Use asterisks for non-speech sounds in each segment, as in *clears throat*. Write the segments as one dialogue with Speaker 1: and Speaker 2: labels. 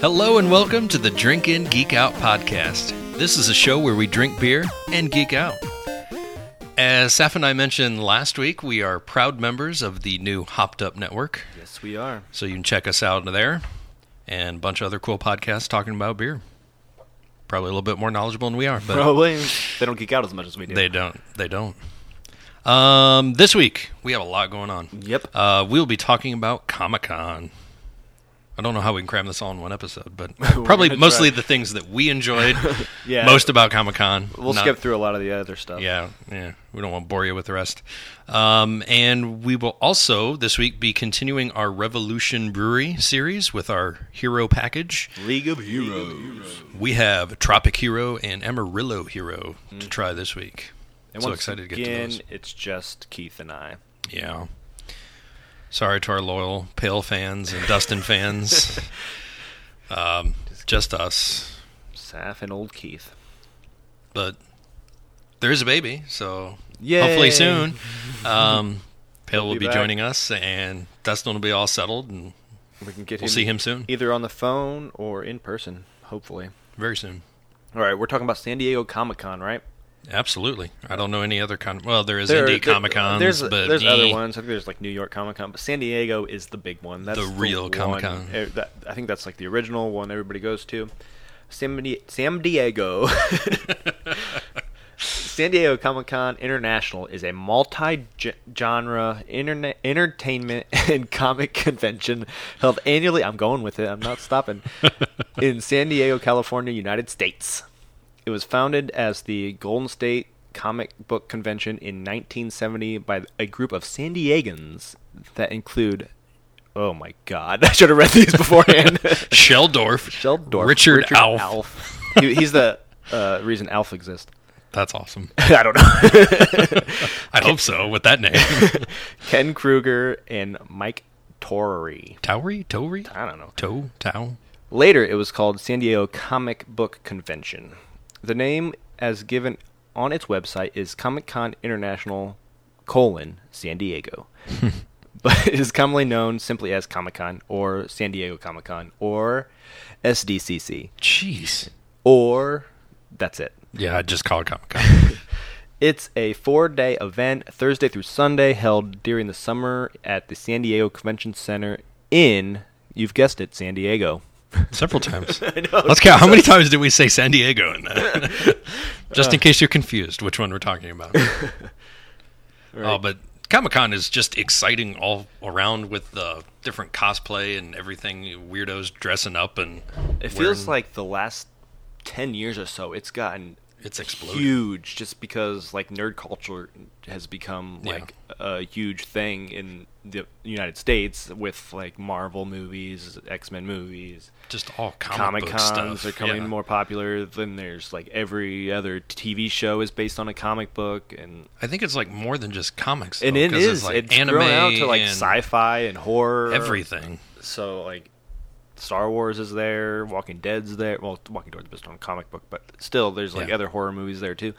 Speaker 1: Hello and welcome to the Drink In Geek Out podcast. This is a show where we drink beer and geek out. As Saf and I mentioned last week, we are proud members of the new Hopped Up Network,
Speaker 2: Yes, we are.
Speaker 1: so you can check us out there and a bunch of other cool podcasts talking about beer. Probably a little bit more knowledgeable than we are, but
Speaker 2: Probably. They don't geek out as much as we do.
Speaker 1: they don't. They don't. Um, this week we have a lot going on.
Speaker 2: yep.
Speaker 1: Uh, we'll be talking about Comic Con. I don't know how we can cram this all in one episode, but
Speaker 2: *laughs* We're
Speaker 1: probably
Speaker 2: gonna
Speaker 1: mostly
Speaker 2: try.
Speaker 1: the things that we enjoyed
Speaker 2: *laughs* Yeah.
Speaker 1: most about Comic Con.
Speaker 2: We'll skip through a lot of the other stuff.
Speaker 1: Yeah, yeah. We don't want to bore you with the rest. Um, and we will also this week be continuing our Revolution Brewery series with our hero package.
Speaker 2: League of Heroes.
Speaker 1: We have Tropic Hero and Amarillo Hero
Speaker 2: Hmm.
Speaker 1: to try this week.
Speaker 2: And
Speaker 1: so
Speaker 2: once
Speaker 1: excited to get to
Speaker 2: again,
Speaker 1: those.
Speaker 2: it's just Keith and I.
Speaker 1: Yeah. Sorry to our loyal Pale fans and Dustin fans.
Speaker 2: *laughs*
Speaker 1: Um, just us.
Speaker 2: Saf and old Keith.
Speaker 1: But there is a baby, so
Speaker 2: Yay.
Speaker 1: hopefully
Speaker 2: *laughs*
Speaker 1: soon. Um, Pale will
Speaker 2: be
Speaker 1: be,
Speaker 2: back.
Speaker 1: joining us, and Dustin will be all settled, and
Speaker 2: We can get
Speaker 1: we'll
Speaker 2: him,
Speaker 1: see him soon.
Speaker 2: either on the phone or in person, hopefully.
Speaker 1: Very soon.
Speaker 2: All right, we're talking about San Diego Comic Con, right?
Speaker 1: Absolutely. I don't know any other con. Well, there is
Speaker 2: There-
Speaker 1: Indie
Speaker 2: there-
Speaker 1: Comic Cons,
Speaker 2: There's,
Speaker 1: but
Speaker 2: there's other
Speaker 1: eh,
Speaker 2: ones. *laughs* I think there's like New York Comic Con, but San Diego is the big one. That's
Speaker 1: The real
Speaker 2: one-
Speaker 1: Comic-Con.
Speaker 2: eh, that- I think that's like the original one everybody goes to. Sam, Di- Sam
Speaker 1: *laughs*
Speaker 2: Diego. San Diego Comic Con International is a multi genre internet entertainment *laughs* and comic convention held annually. I'm going with it. I'm not
Speaker 1: *laughs*
Speaker 2: stopping. in San Diego, California, United States. It was founded as the Golden State Comic Book Convention in 1970 by a group of San Diegans that include. Oh my God! *laughs* I should have read these beforehand.
Speaker 1: *laughs* Sheldorf,
Speaker 2: Sheldorf,
Speaker 1: Richard, Alf.
Speaker 2: He- he's the uh, reason
Speaker 1: *laughs*
Speaker 2: Alf exists.
Speaker 1: That's
Speaker 2: *laughs*
Speaker 1: awesome.
Speaker 2: I don't *laughs* know.
Speaker 1: I hope so with that name. *laughs*
Speaker 2: Ken Kruger and Mike Torrey.
Speaker 1: Towery? Towery?
Speaker 2: I don't know.
Speaker 1: Toe? Tow?
Speaker 2: Later, it was called San Diego Comic Book Convention. The name, as given on its website, is Comic Con International colon San Diego, but it is commonly known simply as Comic Con or San Diego Comic Con or SDCC
Speaker 1: Jeez.
Speaker 2: or that's it.
Speaker 1: Yeah, I just called Comic
Speaker 2: *laughs*
Speaker 1: Con.
Speaker 2: It's a four day event, Thursday through Sunday, held during the summer at the San Diego Convention Center in, you've guessed it, San Diego. *laughs*
Speaker 1: Several times. Let's count. How many times did we say San Diego in
Speaker 2: *laughs*
Speaker 1: that? just
Speaker 2: Uh.
Speaker 1: in case you're confused which one we're talking about. Oh, but Comic Con is just exciting all around with the different cosplay and everything, weirdos dressing up and
Speaker 2: It
Speaker 1: wearing-
Speaker 2: feels like the last 10 years or so, it's gotten
Speaker 1: it's exploded.
Speaker 2: huge just because like nerd culture has become
Speaker 1: Yeah.
Speaker 2: like a huge thing in the United States with like Marvel movies, X-Men movies.
Speaker 1: Just all comic,
Speaker 2: Comic
Speaker 1: book
Speaker 2: cons
Speaker 1: stuff.
Speaker 2: are coming
Speaker 1: yeah.
Speaker 2: more popular. Then there's like every other TV show is based on a comic book, and
Speaker 1: I think it's like more than just comics.
Speaker 2: and
Speaker 1: though,
Speaker 2: it
Speaker 1: 'cause
Speaker 2: is
Speaker 1: It's, like
Speaker 2: it's
Speaker 1: anime
Speaker 2: grown out to like
Speaker 1: and
Speaker 2: sci-fi and horror
Speaker 1: everything.
Speaker 2: so like star wars is there walking dead's there well walking dead's based on a comic book but still there's like
Speaker 1: Yeah.
Speaker 2: other horror movies there too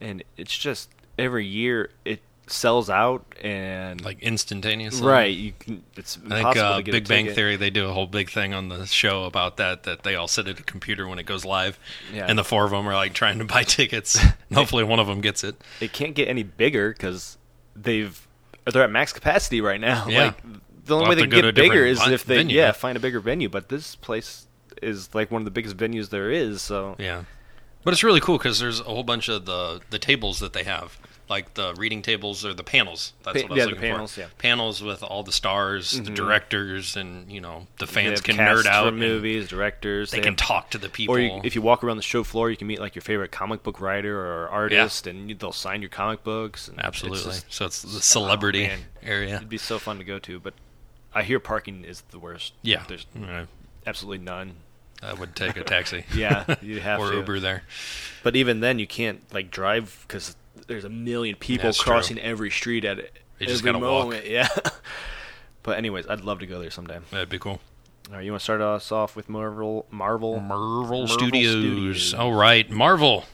Speaker 2: and it's just every year it sells out and
Speaker 1: Like instantaneously.
Speaker 2: right you can it's
Speaker 1: I think
Speaker 2: impossible
Speaker 1: uh,
Speaker 2: to get a
Speaker 1: Big Bang
Speaker 2: ticket.
Speaker 1: Theory, they do a whole big thing on the show about that, that they all sit at a computer when it goes live.
Speaker 2: Yeah.
Speaker 1: And the four of them are like trying to buy *laughs* tickets.
Speaker 2: *laughs*
Speaker 1: And Hopefully one of them gets it.
Speaker 2: it can't get any bigger because they've they're at max capacity right now.
Speaker 1: Yeah.
Speaker 2: Like the only
Speaker 1: We'll
Speaker 2: way they
Speaker 1: have
Speaker 2: can
Speaker 1: to go
Speaker 2: get
Speaker 1: to a
Speaker 2: bigger
Speaker 1: different
Speaker 2: is
Speaker 1: vi-
Speaker 2: if they
Speaker 1: venue.
Speaker 2: yeah find a bigger venue. But this place is like one of the biggest venues there is. So
Speaker 1: Yeah. But it's really cool because there's a whole bunch of the, the tables that they have, like the reading tables or the panels. That's what I
Speaker 2: Pa-
Speaker 1: was
Speaker 2: yeah, the
Speaker 1: looking
Speaker 2: panels,
Speaker 1: for.
Speaker 2: yeah. Mm-hmm.
Speaker 1: Panels with all the stars, the directors, and, you know, the
Speaker 2: they
Speaker 1: fans
Speaker 2: have
Speaker 1: can
Speaker 2: casts
Speaker 1: nerd out. and
Speaker 2: from movies, directors.
Speaker 1: They
Speaker 2: they
Speaker 1: can
Speaker 2: have-
Speaker 1: talk to the people.
Speaker 2: Or you, if you walk around the show floor, you can meet like your favorite comic book writer or artist, and you, they'll sign your comic books. And it's
Speaker 1: Absolutely.
Speaker 2: just- Oh,
Speaker 1: so it's the celebrity
Speaker 2: man.
Speaker 1: area.
Speaker 2: it'd be so fun to go to, but I hear parking is the worst.
Speaker 1: Yeah.
Speaker 2: there's
Speaker 1: Yeah.
Speaker 2: absolutely none.
Speaker 1: I would take a taxi.
Speaker 2: *laughs* Yeah,
Speaker 1: *laughs*
Speaker 2: you have
Speaker 1: or
Speaker 2: to.
Speaker 1: Uber there.
Speaker 2: But even then, you can't like drive because there's a million people
Speaker 1: That's true.
Speaker 2: crossing every street at every
Speaker 1: You just gotta walk.
Speaker 2: moment. *laughs* Yeah. but anyways, I'd love to go there someday.
Speaker 1: That'd be cool.
Speaker 2: All right, you want to start us off with Marvel? Marvel.
Speaker 1: Marvel
Speaker 2: Marvel
Speaker 1: Studios.
Speaker 2: Studios.
Speaker 1: All right, Marvel.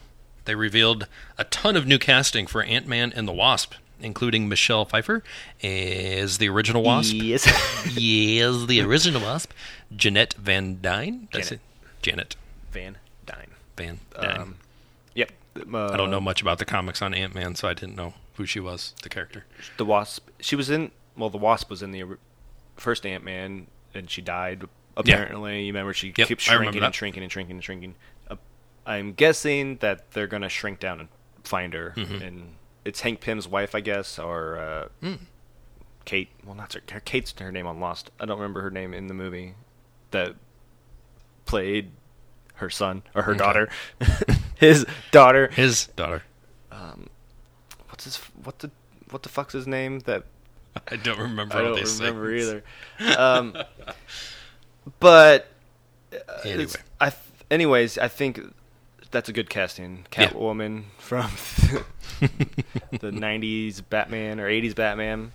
Speaker 1: They revealed a ton of new casting for Ant Man and the Wasp, including Michelle Pfeiffer as the original Wasp.
Speaker 2: Yes. *laughs*
Speaker 1: yes, the original Wasp. Jeanette Van Dyne. That's it. Janet
Speaker 2: Van Dyne.
Speaker 1: Van Dyne.
Speaker 2: Um, Yep. Uh,
Speaker 1: I don't know much about the comics on Ant Man, so I didn't know who she was, the character.
Speaker 2: The Wasp. She was in. Well, the Wasp was in the or- first Ant Man, and she died. Apparently, you remember she
Speaker 1: Yep,
Speaker 2: keeps
Speaker 1: I remember
Speaker 2: shrinking and
Speaker 1: that.
Speaker 2: shrinking and shrinking and shrinking. Uh, I'm guessing that they're gonna shrink down and find her,
Speaker 1: Mm-hmm.
Speaker 2: and it's Hank Pym's wife, I guess, or uh,
Speaker 1: Hmm.
Speaker 2: Kate. Well, not her. her- Kate's her name on Lost. I don't remember her name in the movie that played her son or her daughter, *laughs* his daughter Um,
Speaker 1: His daughter.
Speaker 2: what's his what the what the fuck's his name that
Speaker 1: I don't remember
Speaker 2: *laughs* I
Speaker 1: what
Speaker 2: don't
Speaker 1: they say.
Speaker 2: remember either. Um, *laughs* but
Speaker 1: *laughs*
Speaker 2: uh,
Speaker 1: Anyway.
Speaker 2: it's- I th- anyways, I think that's a good casting.
Speaker 1: Yeah.
Speaker 2: Catwoman from *laughs*
Speaker 1: *laughs*
Speaker 2: the '90s Batman or '80s Batman.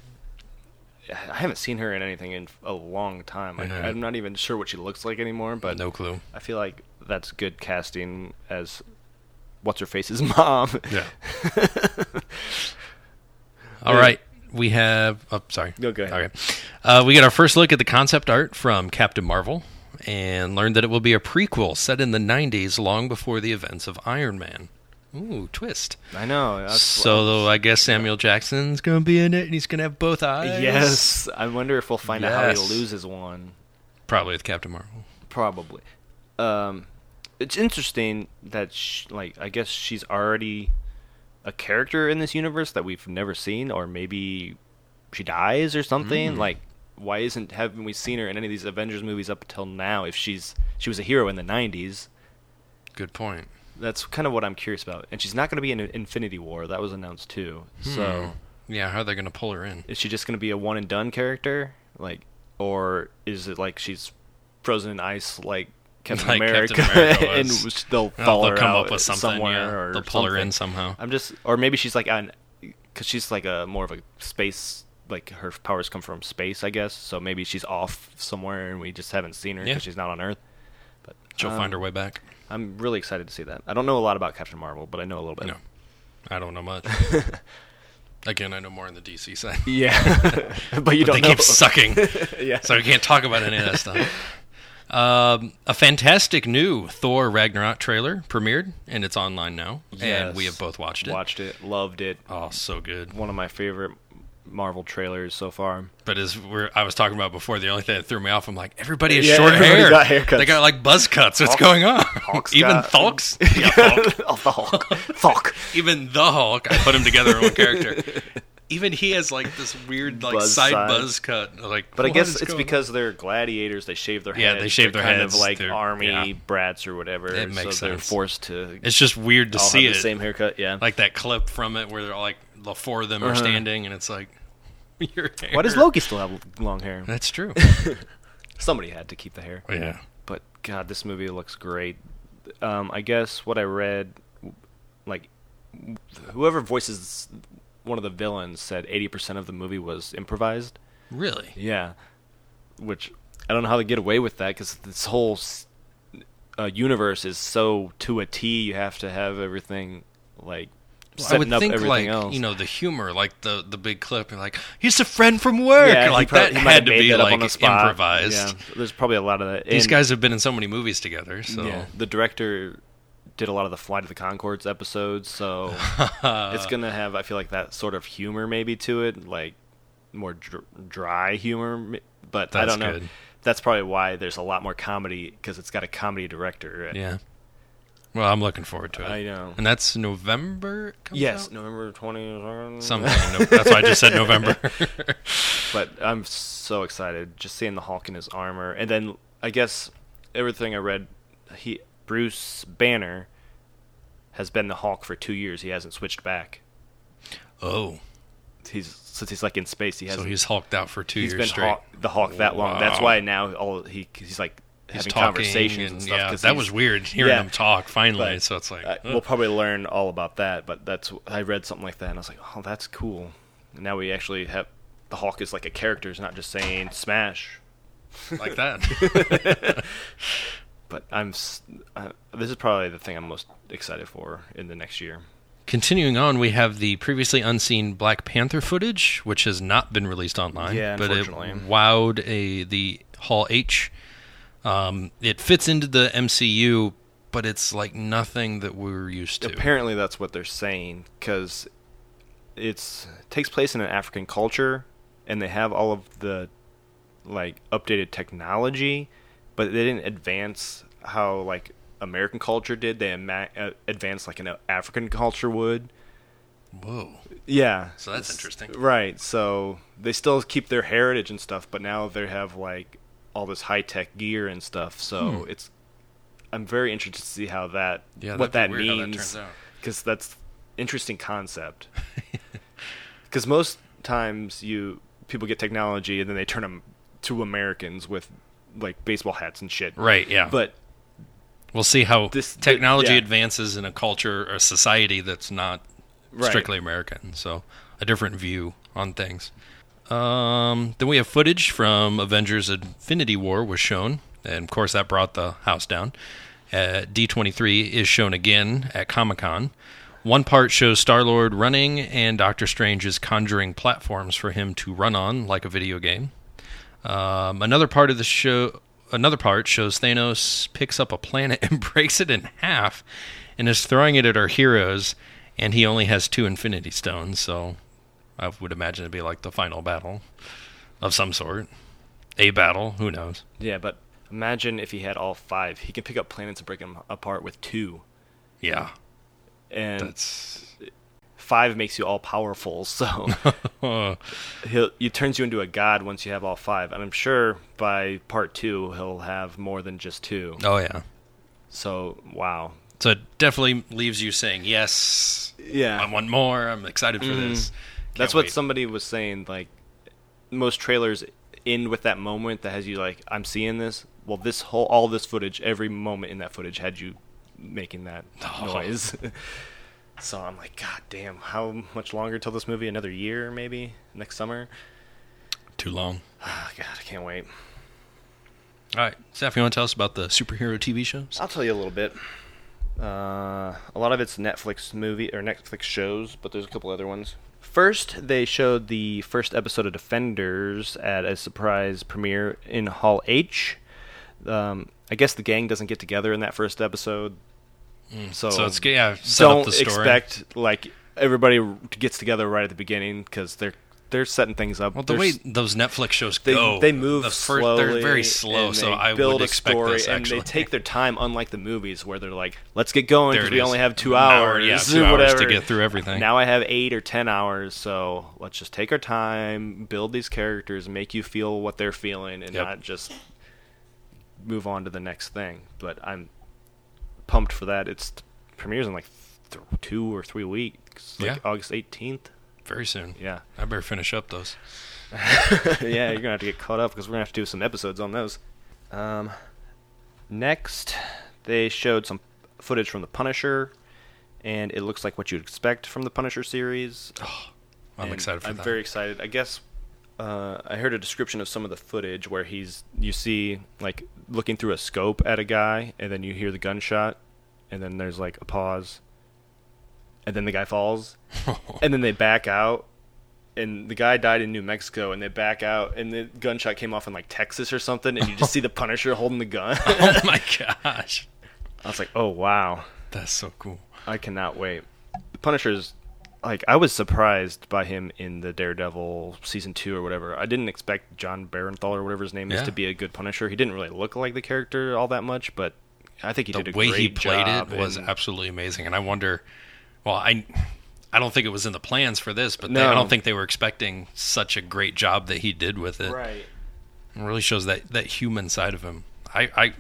Speaker 2: I haven't seen her in anything in a long time. Like,
Speaker 1: I know.
Speaker 2: I'm not even sure what she looks like anymore. But
Speaker 1: No clue.
Speaker 2: I feel like that's good casting as what's her face's *laughs* mom.
Speaker 1: Yeah. All right. We have. Oh, sorry.
Speaker 2: No, go ahead.
Speaker 1: Okay. Uh, we get our first look at the concept art from Captain Marvel and learned that it will be a prequel set in the 90s, long before the events of Iron Man. Ooh, twist.
Speaker 2: I know. That's
Speaker 1: so I guess Samuel Jackson's going to be in it and he's going to have both eyes.
Speaker 2: Yes. I wonder if we'll find out how
Speaker 1: Yes.
Speaker 2: he loses one.
Speaker 1: Probably with Captain Marvel.
Speaker 2: Probably. Um, it's interesting that, sh like, I guess she's already a character in this universe that we've never seen, or maybe she dies or something. Like, why isn't haven't we seen her in any of these Avengers movies up until now? If she's she was a hero in the '90s,
Speaker 1: Good point.
Speaker 2: that's kind of what I'm curious about. And she's not going to be in Infinity War. That was announced too. So.
Speaker 1: Yeah, how are they going to pull her in?
Speaker 2: is she just going to be a one and done character like or is it like she's frozen in ice like
Speaker 1: *laughs*
Speaker 2: Captain
Speaker 1: Like
Speaker 2: America,
Speaker 1: Captain America
Speaker 2: *laughs* and
Speaker 1: was.
Speaker 2: was- they'll
Speaker 1: Well,
Speaker 2: follow
Speaker 1: they'll
Speaker 2: her
Speaker 1: come
Speaker 2: out
Speaker 1: up with something,
Speaker 2: somewhere
Speaker 1: yeah.
Speaker 2: or
Speaker 1: They'll pull her in
Speaker 2: something.
Speaker 1: somehow.
Speaker 2: I'm just or maybe she's like on cuz she's like a more of a space like her powers come from space I guess so maybe she's off somewhere and we just haven't seen her
Speaker 1: Yeah.
Speaker 2: cuz she's not on earth but
Speaker 1: She'll
Speaker 2: um,
Speaker 1: find her way back.
Speaker 2: I'm really excited to see that. I don't know a lot about Captain Marvel, but I know a little bit. *laughs*
Speaker 1: No, I don't know much. Again, I know more on the DC side.
Speaker 2: *laughs* Yeah. but you
Speaker 1: But
Speaker 2: don't
Speaker 1: they
Speaker 2: know.
Speaker 1: keep sucking,
Speaker 2: *laughs* yeah.
Speaker 1: so we can't talk about any of that stuff. Um, a fantastic new Thor Ragnarok trailer premiered, and it's online now. And we
Speaker 2: Yes.
Speaker 1: have both watched it.
Speaker 2: Watched it, loved it.
Speaker 1: Oh, so good!
Speaker 2: one of my favorite Marvel trailers so *laughs* far.
Speaker 1: But as we're, I was talking about before, the only thing that threw me off, I'm like, everybody has
Speaker 2: Yeah,
Speaker 1: short
Speaker 2: everybody's
Speaker 1: hair.
Speaker 2: got haircuts.
Speaker 1: They got like buzz cuts. What's
Speaker 2: Hulk-
Speaker 1: going on?
Speaker 2: Hulk's
Speaker 1: Even
Speaker 2: got- *laughs*
Speaker 1: Thulks? Yeah, Thulk.
Speaker 2: oh, the Hulk. Hulk.
Speaker 1: even the Hulk, I put him together in one
Speaker 2: *laughs*
Speaker 1: character. Even he has like this weird like
Speaker 2: Buzz
Speaker 1: side,
Speaker 2: side.
Speaker 1: buzz cut. Like,
Speaker 2: But I
Speaker 1: what
Speaker 2: guess
Speaker 1: is
Speaker 2: it's
Speaker 1: going
Speaker 2: because they're gladiators. They shave their
Speaker 1: Yeah,
Speaker 2: heads.
Speaker 1: they shave
Speaker 2: They're
Speaker 1: their
Speaker 2: kind
Speaker 1: heads.
Speaker 2: of like
Speaker 1: They're-
Speaker 2: army
Speaker 1: yeah.
Speaker 2: brats or whatever.
Speaker 1: That
Speaker 2: so
Speaker 1: makes
Speaker 2: they're
Speaker 1: sense.
Speaker 2: forced to
Speaker 1: on? it's just weird to
Speaker 2: all
Speaker 1: see
Speaker 2: have
Speaker 1: it.
Speaker 2: the same haircut. Yeah.
Speaker 1: Like that clip from it where they're all like the four of them are
Speaker 2: Uh-huh.
Speaker 1: standing, and it's like *laughs* your hair.
Speaker 2: Why does Loki still have
Speaker 1: *laughs*
Speaker 2: long hair? *laughs*
Speaker 1: That's true.
Speaker 2: Somebody had to keep the hair.
Speaker 1: yeah,
Speaker 2: But God, this movie looks great. Um, I guess what I read, like, whoever voices one of the villains said 80% of the movie was improvised.
Speaker 1: really.
Speaker 2: Yeah, which I don't know how they get away with that because this whole s- uh, universe is so to a T. You have to have everything like
Speaker 1: Well, I
Speaker 2: setting
Speaker 1: would
Speaker 2: up
Speaker 1: think
Speaker 2: everything
Speaker 1: like
Speaker 2: else.
Speaker 1: you know the humor, like the the big clip, and like he's a friend from work.
Speaker 2: yeah, he
Speaker 1: like
Speaker 2: prob-
Speaker 1: that
Speaker 2: he might have
Speaker 1: had to
Speaker 2: made
Speaker 1: be
Speaker 2: that up
Speaker 1: like
Speaker 2: on the spot.
Speaker 1: improvised.
Speaker 2: Yeah, there's probably a lot of that.
Speaker 1: These
Speaker 2: And-
Speaker 1: guys have been in so many movies together, so
Speaker 2: yeah, the director did a lot of the Flight of the Concords episodes, so
Speaker 1: *laughs*
Speaker 2: it's gonna have I feel like that sort of humor maybe to it, like more dr- dry humor. m- But I
Speaker 1: That's
Speaker 2: don't know.
Speaker 1: good.
Speaker 2: That's probably why there's a lot more comedy because it's got a comedy director.
Speaker 1: Yeah. Well, I'm looking forward to it.
Speaker 2: I know.
Speaker 1: And that's November. it Comes
Speaker 2: Yes,
Speaker 1: out?
Speaker 2: November twenty.
Speaker 1: Sometime. No, that's why I just said November.
Speaker 2: *laughs* but I'm so excited just seeing the Hulk in his armor, and then I guess everything I read, he Bruce Banner has been the Hulk for two years. He hasn't switched back.
Speaker 1: oh,
Speaker 2: He's since he's like in space. He
Speaker 1: so
Speaker 2: hasn't.
Speaker 1: he's hulked out for two
Speaker 2: he's
Speaker 1: years
Speaker 2: been
Speaker 1: straight.
Speaker 2: Hulk, the Hulk that long. That's
Speaker 1: Wow.
Speaker 2: why now all he he's like
Speaker 1: He's
Speaker 2: having
Speaker 1: talking
Speaker 2: conversations and stuff.
Speaker 1: yeah,
Speaker 2: 'cause
Speaker 1: that
Speaker 2: he's-
Speaker 1: was weird hearing
Speaker 2: Yeah.
Speaker 1: him talk finally.
Speaker 2: But,
Speaker 1: so it's like,
Speaker 2: uh,
Speaker 1: oh.
Speaker 2: we'll probably learn all about that. But that's I read something like that, and I was like, oh, that's cool. And now we actually have the Hulk is like a character. It's not just saying
Speaker 1: *laughs*
Speaker 2: smash. *laughs*
Speaker 1: like that.
Speaker 2: But I'm s- I, this is probably the thing I'm most excited for in the next year.
Speaker 1: Continuing on, we have the previously unseen Black Panther footage, which has not been released online.
Speaker 2: Yeah,
Speaker 1: but it
Speaker 2: unfortunately.
Speaker 1: wowed a the Hall H Um, it fits into the MCU, but it's like nothing that we're used to.
Speaker 2: Apparently, that's what they're saying because it's takes place in an African culture, and they have all of the like updated technology, but they didn't advance how like American culture did. They ama- uh, advanced like an African culture would.
Speaker 1: Whoa.
Speaker 2: Yeah.
Speaker 1: So that's
Speaker 2: S-
Speaker 1: interesting.
Speaker 2: Right. So they still keep their heritage and stuff, but now they have like all this high tech gear and stuff. So it's I'm very interested to see how that
Speaker 1: Yeah,
Speaker 2: what that
Speaker 1: that'd be weird how that
Speaker 2: means
Speaker 1: turns out.
Speaker 2: because that's
Speaker 1: *laughs*
Speaker 2: interesting concept. Because most times you people get technology and then they turn them to Americans with like baseball hats and shit.
Speaker 1: Right, yeah.
Speaker 2: But
Speaker 1: We'll see how
Speaker 2: This- th-
Speaker 1: technology
Speaker 2: yeah.
Speaker 1: advances in a culture or society that's not
Speaker 2: Right.
Speaker 1: strictly American. So a different view on things. Um, then we have footage from Avengers: Infinity War was shown, and of course that brought the house down. Uh, D23 is shown again at Comic Con. One part shows Star Lord running, and Doctor Strange is conjuring platforms for him to run on, like a video game. Um, another part of the show, another part shows Thanos picks up a planet *laughs* and breaks it in half, and is throwing it at our heroes. And he only has two Infinity Stones, so I would imagine it'd be like the final battle of some sort. A battle, who knows?
Speaker 2: yeah, but imagine if he had all five. He can pick up planets and break them apart with two,
Speaker 1: Yeah, *laughs*
Speaker 2: and
Speaker 1: that's
Speaker 2: five makes you all powerful. *laughs*
Speaker 1: *laughs*
Speaker 2: So
Speaker 1: uh,
Speaker 2: he'll, he turns you into a god once you have all five. And I'm sure by part two he'll have more than just two.
Speaker 1: oh yeah.
Speaker 2: So wow.
Speaker 1: So it definitely leaves you saying yes.
Speaker 2: Yeah. Mm.
Speaker 1: I want more. I'm excited for this. Can't
Speaker 2: That's what
Speaker 1: wait.
Speaker 2: somebody was saying. Like, most trailers end with that moment that has you like, I'm seeing this. Well, this whole, all this footage, every moment in that footage had you making that
Speaker 1: Oh.
Speaker 2: noise. *laughs* so I'm like, God damn, how much longer till this movie? Another year, maybe next summer. *sighs*
Speaker 1: Too long.
Speaker 2: Ah, God, I can't wait.
Speaker 1: All right, Saf, you want to tell us about the superhero TV shows?
Speaker 2: I'll tell you a little bit. Uh, a lot of it's Netflix movie or Netflix shows, but there's a couple other ones. First, they showed the first episode of Defenders at a surprise premiere in Hall H. Um, I guess the gang doesn't get together in that first episode, so,
Speaker 1: Mm, so it's yeah. Set
Speaker 2: don't
Speaker 1: up the story.
Speaker 2: expect like everybody gets together right at the beginning because they're they're setting things up.
Speaker 1: Well, the
Speaker 2: They're
Speaker 1: way
Speaker 2: s-
Speaker 1: those Netflix shows
Speaker 2: they,
Speaker 1: go,
Speaker 2: they move
Speaker 1: the fir-
Speaker 2: slowly.
Speaker 1: They're very slow,
Speaker 2: and
Speaker 1: so
Speaker 2: they
Speaker 1: I
Speaker 2: build
Speaker 1: would
Speaker 2: a
Speaker 1: expect
Speaker 2: story,
Speaker 1: this actually.
Speaker 2: And they take their time, unlike the movies where they're like, "Let's get going
Speaker 1: There
Speaker 2: because
Speaker 1: it
Speaker 2: we
Speaker 1: is.
Speaker 2: only have two
Speaker 1: An hour,
Speaker 2: hours, *laughs*
Speaker 1: yeah,
Speaker 2: or
Speaker 1: two hours
Speaker 2: whatever
Speaker 1: to get through everything.
Speaker 2: Now I have eight or ten hours, so let's just take our time, build these characters, make you feel what they're feeling, and
Speaker 1: Yep.
Speaker 2: not just move on to the next thing. But I'm pumped for that. It's premieres in like th- two or three weeks, like
Speaker 1: Yeah.
Speaker 2: August 18th.
Speaker 1: very soon.
Speaker 2: Yeah.
Speaker 1: I better finish up those.
Speaker 2: *laughs* yeah, you're gonna have to get caught up because we're gonna have to do some episodes on those. Um, next, they showed some footage from the Punisher, and it looks like what you'd expect from the Punisher series.
Speaker 1: Oh, I'm
Speaker 2: And
Speaker 1: excited for
Speaker 2: I'm
Speaker 1: that. *laughs*
Speaker 2: very excited. I guess uh, I heard a description of some of the footage where he's you see like looking through a scope at a guy, and then you hear the gunshot, and then there's like a pause, and then the guy falls, and then they back out. And the guy died in New Mexico, and they back out, and the gunshot came off in like Texas or something, and you just see the Punisher holding the gun. I
Speaker 1: *laughs* oh my gosh,
Speaker 2: was like, oh wow.
Speaker 1: that's so cool.
Speaker 2: I cannot wait. The Punisher's like I was surprised by him in the Daredevil season two or whatever. I didn't expect John Barenthal or whatever his name is
Speaker 1: Yeah.
Speaker 2: to be a good Punisher. He didn't really look like the character all that much, but I think he
Speaker 1: The
Speaker 2: did a
Speaker 1: way
Speaker 2: great
Speaker 1: he played
Speaker 2: job.
Speaker 1: it was
Speaker 2: and-
Speaker 1: absolutely amazing, and I wonder. Well, I, I don't think it was in the plans for this, but they,
Speaker 2: No.
Speaker 1: I don't think they were expecting such a great job that he did with it.
Speaker 2: right.
Speaker 1: It really shows that that human side of him. I I,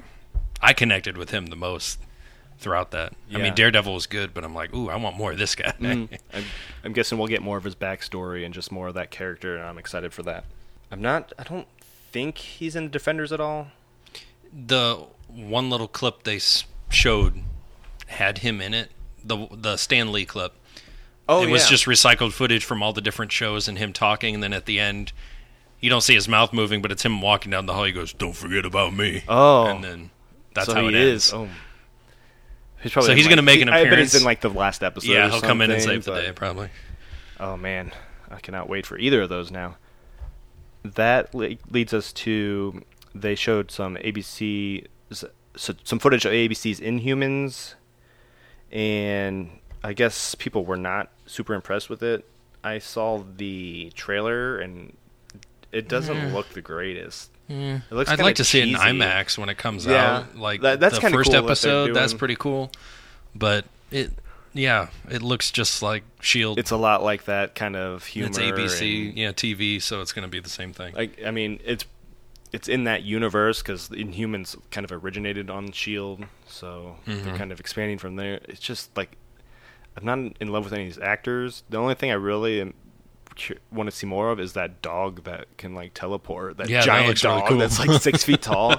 Speaker 1: I connected with him the most throughout that. I
Speaker 2: Yeah. Mm-hmm.
Speaker 1: mean, Daredevil was good, but I'm like, ooh, I want more of this guy.
Speaker 2: *laughs* I'm, I'm guessing we'll get more of his backstory and just more of that character, and I'm excited for that. I'm not. I don't think he's in Defenders at all.
Speaker 1: *laughs* the one little clip they s- showed had him in it. The the Stan Lee clip.
Speaker 2: Oh,
Speaker 1: it was just recycled footage from all the different shows and him talking, and then at the end, you don't see his mouth moving, but it's him walking down the hall. He goes, "Don't forget about me."
Speaker 2: Oh.
Speaker 1: and then that's
Speaker 2: so
Speaker 1: how
Speaker 2: he
Speaker 1: it ends.
Speaker 2: is. Oh. He's probably
Speaker 1: So
Speaker 2: in,
Speaker 1: he's
Speaker 2: like-
Speaker 1: gonna make an
Speaker 2: I bet
Speaker 1: appearance?
Speaker 2: he's in like the last episode.
Speaker 1: yeah,
Speaker 2: or
Speaker 1: he'll come in and
Speaker 2: something,
Speaker 1: save the
Speaker 2: but-
Speaker 1: day probably.
Speaker 2: Oh man, I cannot wait for either of those now. That le- leads us to they showed some ABC, s- s- some footage of ABC's Inhumans, and I guess people were not super impressed with it. I saw the trailer, and it doesn't look the greatest. It looks
Speaker 1: I'd
Speaker 2: kinda
Speaker 1: like to see it in
Speaker 2: cheesy.
Speaker 1: IMAX when it comes
Speaker 2: Yeah.
Speaker 1: out. Like
Speaker 2: That- that's
Speaker 1: the
Speaker 2: kinda
Speaker 1: first
Speaker 2: cool what they're
Speaker 1: episode, that's
Speaker 2: doing.
Speaker 1: pretty cool. But it, yeah, it looks just like Shield.
Speaker 2: It's a lot like that kind of humor.
Speaker 1: It's ABC,
Speaker 2: and-
Speaker 1: yeah, TV, so it's going to be the same thing.
Speaker 2: like I mean, it's it's in that universe because Inhumans kind of originated on Shield, E so
Speaker 1: Mm-hmm.
Speaker 2: they're kind of expanding from there. It's just like I'm not in love with any of these actors. The only thing I really am cu- want to see more of is that dog that can like teleport. That
Speaker 1: Yeah, that
Speaker 2: giant
Speaker 1: looks really
Speaker 2: dog
Speaker 1: cool.
Speaker 2: that's like six
Speaker 1: *laughs*
Speaker 2: feet tall. *laughs*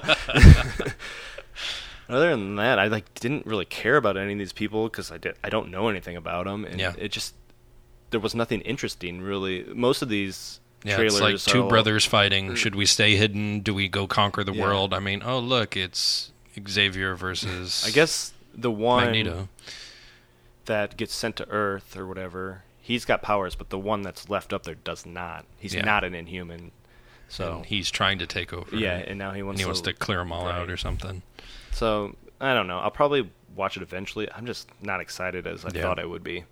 Speaker 2: Other than that, I like didn't really care about any of these people because I did I don't know anything about them, and
Speaker 1: Yeah.
Speaker 2: it just there was nothing interesting really. Most of these
Speaker 1: yeah,
Speaker 2: trailers
Speaker 1: it's like
Speaker 2: are
Speaker 1: two
Speaker 2: all- Mm.
Speaker 1: brothers fighting. Should we stay hidden? Do we go conquer the
Speaker 2: Yeah.
Speaker 1: world? I mean, oh look, it's Xavier versus
Speaker 2: I guess the one
Speaker 1: Magneto.
Speaker 2: that gets sent to Earth or whatever, he's got powers, but the one that's left up there does not. He's
Speaker 1: Yeah.
Speaker 2: not an Inhuman. So
Speaker 1: and he's trying to take over.
Speaker 2: yeah, and now he
Speaker 1: and
Speaker 2: wants,
Speaker 1: he wants to clear them all out
Speaker 2: Right.
Speaker 1: or something.
Speaker 2: So I don't know. I'll probably watch it eventually. I'm just not excited as I
Speaker 1: Yeah.
Speaker 2: thought I would be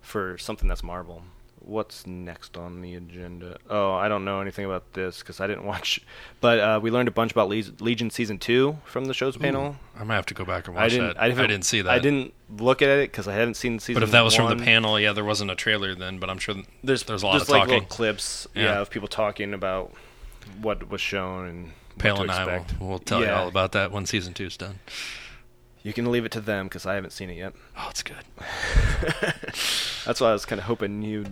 Speaker 2: for something that's Marvel. What's next on the agenda? Oh, I don't know anything about this because I didn't *laughs* watch. But uh, we learned a bunch about Le- Legion season two from the show's panel.
Speaker 1: I might have to go back and watch
Speaker 2: I didn't.
Speaker 1: that.
Speaker 2: I didn't,
Speaker 1: didn't see that.
Speaker 2: I didn't look at it because I hadn't seen season.
Speaker 1: But if that was from the
Speaker 2: one.
Speaker 1: panel, yeah, there wasn't a trailer then. But I'm sure th-
Speaker 2: there's
Speaker 1: there's a lot
Speaker 2: just
Speaker 1: of
Speaker 2: like
Speaker 1: talking.
Speaker 2: little clips, yeah.
Speaker 1: Yeah.
Speaker 2: of people talking about what was shown and what
Speaker 1: Pale
Speaker 2: to
Speaker 1: and I
Speaker 2: expect.
Speaker 1: will, will tell you
Speaker 2: Yeah.
Speaker 1: all about that when season two's done.
Speaker 2: You can leave it to them because I haven't seen it yet.
Speaker 1: Oh, it's good.
Speaker 2: *laughs* That's why I was kind of hoping you